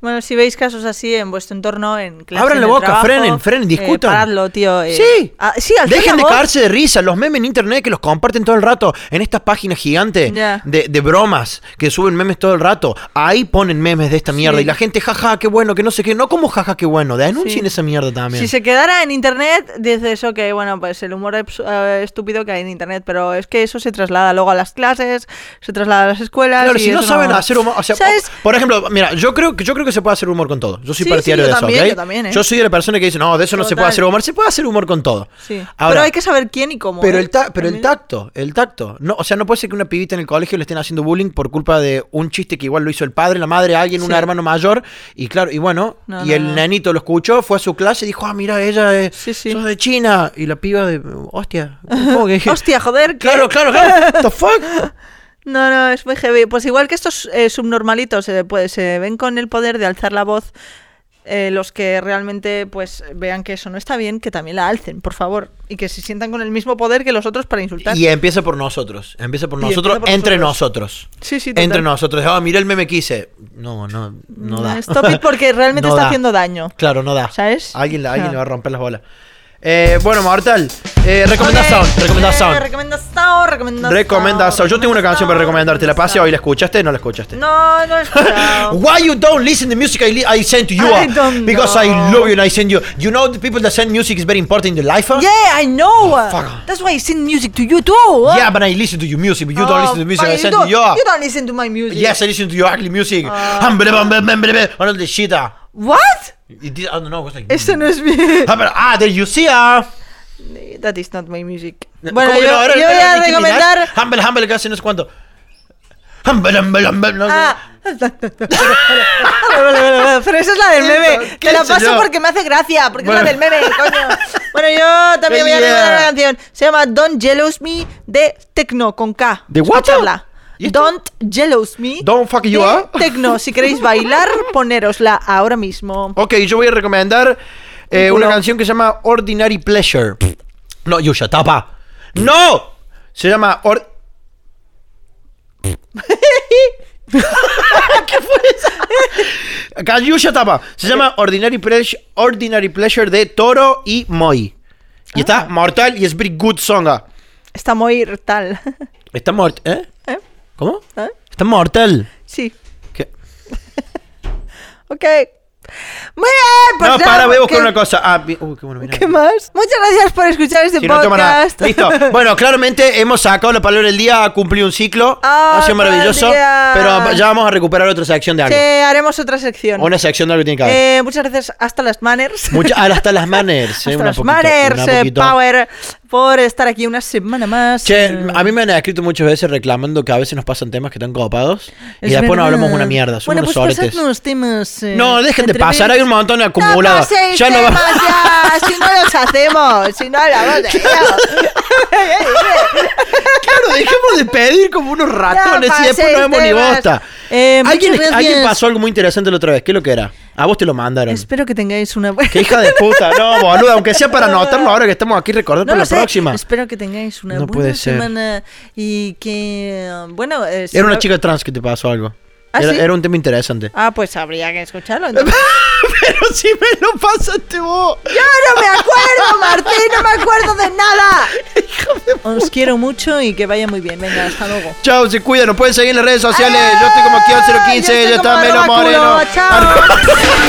Speaker 3: Bueno, si veis casos así en vuestro entorno, en clase,
Speaker 4: Abran
Speaker 3: en
Speaker 4: la
Speaker 3: el
Speaker 4: boca,
Speaker 3: trabajo,
Speaker 4: frenen, frenen,
Speaker 3: eh,
Speaker 4: discutan.
Speaker 3: paradlo, tío. eh.
Speaker 4: sí,
Speaker 3: Ah, sí, alzad
Speaker 4: dejen
Speaker 3: la
Speaker 4: de
Speaker 3: voz.
Speaker 4: cagarse de risa. Los memes en internet que los comparten todo el rato en estas páginas gigantes
Speaker 3: Ya.
Speaker 4: de, de bromas que suben memes todo el rato. Ahí ponen memes de esta mierda
Speaker 3: Sí.
Speaker 4: y la gente, jaja, qué bueno, que no sé qué. No como jaja, qué bueno. Denuncien
Speaker 3: Sí.
Speaker 4: esa mierda también.
Speaker 3: Si se quedara en internet, dices, ok, bueno, pues el humor abs- eh, estúpido que hay en internet, pero es que eso se traslada luego a las clases, se traslada a las escuelas.
Speaker 4: Claro,
Speaker 3: y
Speaker 4: si no
Speaker 3: eso
Speaker 4: saben hacer humor, o sea,
Speaker 3: ¿Sabes?
Speaker 4: o- por ejemplo, mira, yo creo que yo creo que se puede hacer humor con todo. Yo soy
Speaker 3: Sí,
Speaker 4: partidario
Speaker 3: sí, yo
Speaker 4: de eso,
Speaker 3: también,
Speaker 4: ¿ok?
Speaker 3: yo también, ¿eh?
Speaker 4: Yo soy de la persona que dice, no, de eso no se puede
Speaker 3: Total.
Speaker 4: hacer humor. Se puede hacer humor con todo.
Speaker 3: Sí.
Speaker 4: Ahora,
Speaker 3: pero hay que saber quién y cómo.
Speaker 4: pero
Speaker 3: ¿eh?
Speaker 4: el, ta- pero el
Speaker 3: También.
Speaker 4: tacto, el tacto. No, o sea, no puede ser que una pibita en el colegio le estén haciendo bullying por culpa de un chiste que igual lo hizo el padre, la madre, alguien, un
Speaker 3: Sí.
Speaker 4: hermano mayor. Y claro, y bueno,
Speaker 3: No,
Speaker 4: y
Speaker 3: no,
Speaker 4: el
Speaker 3: no.
Speaker 4: nenito lo escuchó, fue a su clase y dijo, ah, mira, ella es
Speaker 3: Sí, sí.
Speaker 4: sos de China. Y la piba de, hostia, ¿cómo que?
Speaker 3: Hostia, joder. ¿qué?
Speaker 4: claro, claro, claro. What the fuck?
Speaker 3: No, no, es muy heavy. Pues igual que estos eh, subnormalitos eh, pues, se ven con el poder de alzar la voz, eh, los que realmente pues vean que eso no está bien, que también la alcen, por favor. Y que se sientan con el mismo poder que los otros para insultar.
Speaker 4: Y empieza por nosotros. Empieza por
Speaker 3: Y
Speaker 4: nosotros,
Speaker 3: empieza por
Speaker 4: entre
Speaker 3: nosotros.
Speaker 4: nosotros.
Speaker 3: Sí, sí, total.
Speaker 4: entre nosotros. Ah, mira el meme que hice. No, no, no da.
Speaker 3: Mm, Stop it porque realmente
Speaker 4: No
Speaker 3: está
Speaker 4: da.
Speaker 3: haciendo daño.
Speaker 4: Claro, no da.
Speaker 3: ¿Sabes?
Speaker 4: Alguien, la- alguien
Speaker 3: Ah.
Speaker 4: le va a romper las bolas. Eh, bueno, Mortal. Eh, recomendación.
Speaker 3: Ok, eh,
Speaker 4: Recomendación.
Speaker 3: recomendación, recomendación,
Speaker 4: Recomendación. Yo tengo una canción para recomendarte. ¿La pasé hoy? ¿La escuchaste? ¿No la escuchaste?
Speaker 3: No, no he escuchado.
Speaker 4: Why you don't listen the music I, li- I send to you?
Speaker 3: I
Speaker 4: uh,
Speaker 3: don't
Speaker 4: because I
Speaker 3: know.
Speaker 4: love you and I send you. You know the people that send music is very important in their life. uh?
Speaker 3: yeah, I know.
Speaker 4: Oh, fuck.
Speaker 3: That's why I send music to you too.
Speaker 4: Yeah, but I listen to your music, but you don't
Speaker 3: Oh,
Speaker 4: listen to the music
Speaker 3: but
Speaker 4: I
Speaker 3: you
Speaker 4: send
Speaker 3: don't-
Speaker 4: to you. uh.
Speaker 3: You don't Ah. listen to my music.
Speaker 4: Yes, I listen to your ugly music. Hum, bada, bum, bum, bum, bada, bada, and all the shit. uh.
Speaker 3: What?
Speaker 4: It did- I don't know, it was like.
Speaker 3: Eso no es mi...
Speaker 4: Ah, pero- ah, there you see. ah.
Speaker 3: That is not my music.
Speaker 4: No,
Speaker 3: Bueno,
Speaker 4: ¿cómo
Speaker 3: yo,
Speaker 4: que no? Era-
Speaker 3: yo voy
Speaker 4: era
Speaker 3: a
Speaker 4: Nicki Minaj.
Speaker 3: recomendar...
Speaker 4: Humble, humble, casi no sé cuánto. Humble, humble, humble. no, no.
Speaker 3: Ah. Pero esa es la del meme. Te
Speaker 4: ¿Quién
Speaker 3: la
Speaker 4: soy
Speaker 3: paso
Speaker 4: yo?
Speaker 3: porque me hace gracia, porque
Speaker 4: Bueno.
Speaker 3: es la del meme, coño. Bueno, yo también voy a
Speaker 4: Yeah.
Speaker 3: recomendar una canción. Se llama Don't Jealous Me de Tecno con K.
Speaker 4: ¿De what?
Speaker 3: Escuchadla.
Speaker 4: ¿Y esto?
Speaker 3: Don't Jealous Me.
Speaker 4: Don't fuck you
Speaker 3: de
Speaker 4: up.
Speaker 3: Tecno, si queréis bailar, ponerosla ahora mismo.
Speaker 4: Ok, yo voy a recomendar eh,
Speaker 3: Un culo.
Speaker 4: una canción que se llama Ordinary Pleasure. No, Yusha, tapa. ¡No! Se llama Or- ¿Qué fue esa? Yusha tapa. Se llama Ordinary Pleasure, Ordinary Pleasure de Toro y Moi. Y
Speaker 3: Ah.
Speaker 4: está mortal y es very good song. ah.
Speaker 3: Está muy tal.
Speaker 4: Está mortal. ¿Eh?
Speaker 3: ¿Eh?
Speaker 4: ¿Cómo?
Speaker 3: ¿Eh?
Speaker 4: Está mortal.
Speaker 3: Sí.
Speaker 4: ¿Qué?
Speaker 3: Ok. Muy bien. Pues
Speaker 4: no,
Speaker 3: ya,
Speaker 4: para, voy a buscar
Speaker 3: ¿qué-
Speaker 4: una cosa. Ah, bi- uy, qué bueno, mira.
Speaker 3: ¿Qué más? Muchas gracias por escuchar este
Speaker 4: Si no toma nada.
Speaker 3: podcast.
Speaker 4: Listo. Bueno, claramente hemos sacado la palabra del día, ha cumplido un ciclo.
Speaker 3: Ah,
Speaker 4: ha sido maravilloso.
Speaker 3: palabra del día.
Speaker 4: Pero ya vamos a recuperar otra sección de algo.
Speaker 3: Te haremos otra sección.
Speaker 4: Una sección de algo que tiene que haber.
Speaker 3: Eh, muchas gracias. Hasta las manners.
Speaker 4: Mucha- ahora hasta las manners. eh,
Speaker 3: Hasta
Speaker 4: una
Speaker 3: las
Speaker 4: poquito,
Speaker 3: manners,
Speaker 4: una
Speaker 3: eh,
Speaker 4: poquito.
Speaker 3: Power, por estar aquí una semana más.
Speaker 4: Che,
Speaker 3: Eh,
Speaker 4: a mí me han escrito muchas veces reclamando que a veces nos pasan temas que están copados y
Speaker 3: es
Speaker 4: después no
Speaker 3: verdad.
Speaker 4: hablamos una mierda, somos
Speaker 3: Bueno, pues
Speaker 4: unos soretes.
Speaker 3: pasadnos unos temas. eh,
Speaker 4: No, dejen de
Speaker 3: entre
Speaker 4: pasar, hay
Speaker 3: meses.
Speaker 4: un montón
Speaker 3: No
Speaker 4: acumulado.
Speaker 3: paséis
Speaker 4: ya no va-
Speaker 3: temas ya, si no los hacemos, si no hablamos de ellos.
Speaker 4: Claro, dejemos de pedir como unos ratones
Speaker 3: Ya,
Speaker 4: y después no
Speaker 3: paséis
Speaker 4: vemos ni
Speaker 3: temas.
Speaker 4: bosta.
Speaker 3: Eh, muchas
Speaker 4: ¿Alguien,
Speaker 3: gracias.
Speaker 4: alguien pasó algo muy interesante la otra vez. ¿Qué es lo que era? A vos te lo mandaron.
Speaker 3: Espero que tengáis una buena...
Speaker 4: ¡Qué hija de puta! No, boludo, aunque sea para anotarlo ahora que estamos aquí
Speaker 3: No
Speaker 4: recordando para
Speaker 3: lo
Speaker 4: la
Speaker 3: sé.
Speaker 4: próxima.
Speaker 3: Espero que tengáis una
Speaker 4: No
Speaker 3: buena
Speaker 4: puede ser.
Speaker 3: semana y que eh, bueno, eh, si
Speaker 4: Era una
Speaker 3: no-
Speaker 4: chica trans que te pasó algo.
Speaker 3: ¿Ah,
Speaker 4: era,
Speaker 3: sí?
Speaker 4: era un tema interesante.
Speaker 3: Ah, pues habría que escucharlo. entonces.
Speaker 4: Pero si me lo pasaste vos.
Speaker 3: Yo no me acuerdo, Martín, no me acuerdo de nada. Os quiero mucho y que vaya muy bien. Venga, hasta luego.
Speaker 4: Chao, se cuidan. Nos pueden seguir en las redes sociales. Yo estoy como
Speaker 3: Ah, yo
Speaker 4: Kion015. Yo
Speaker 3: estoy como
Speaker 4: estaba Melo
Speaker 3: arroba culo,
Speaker 4: Moreno.
Speaker 3: Chao.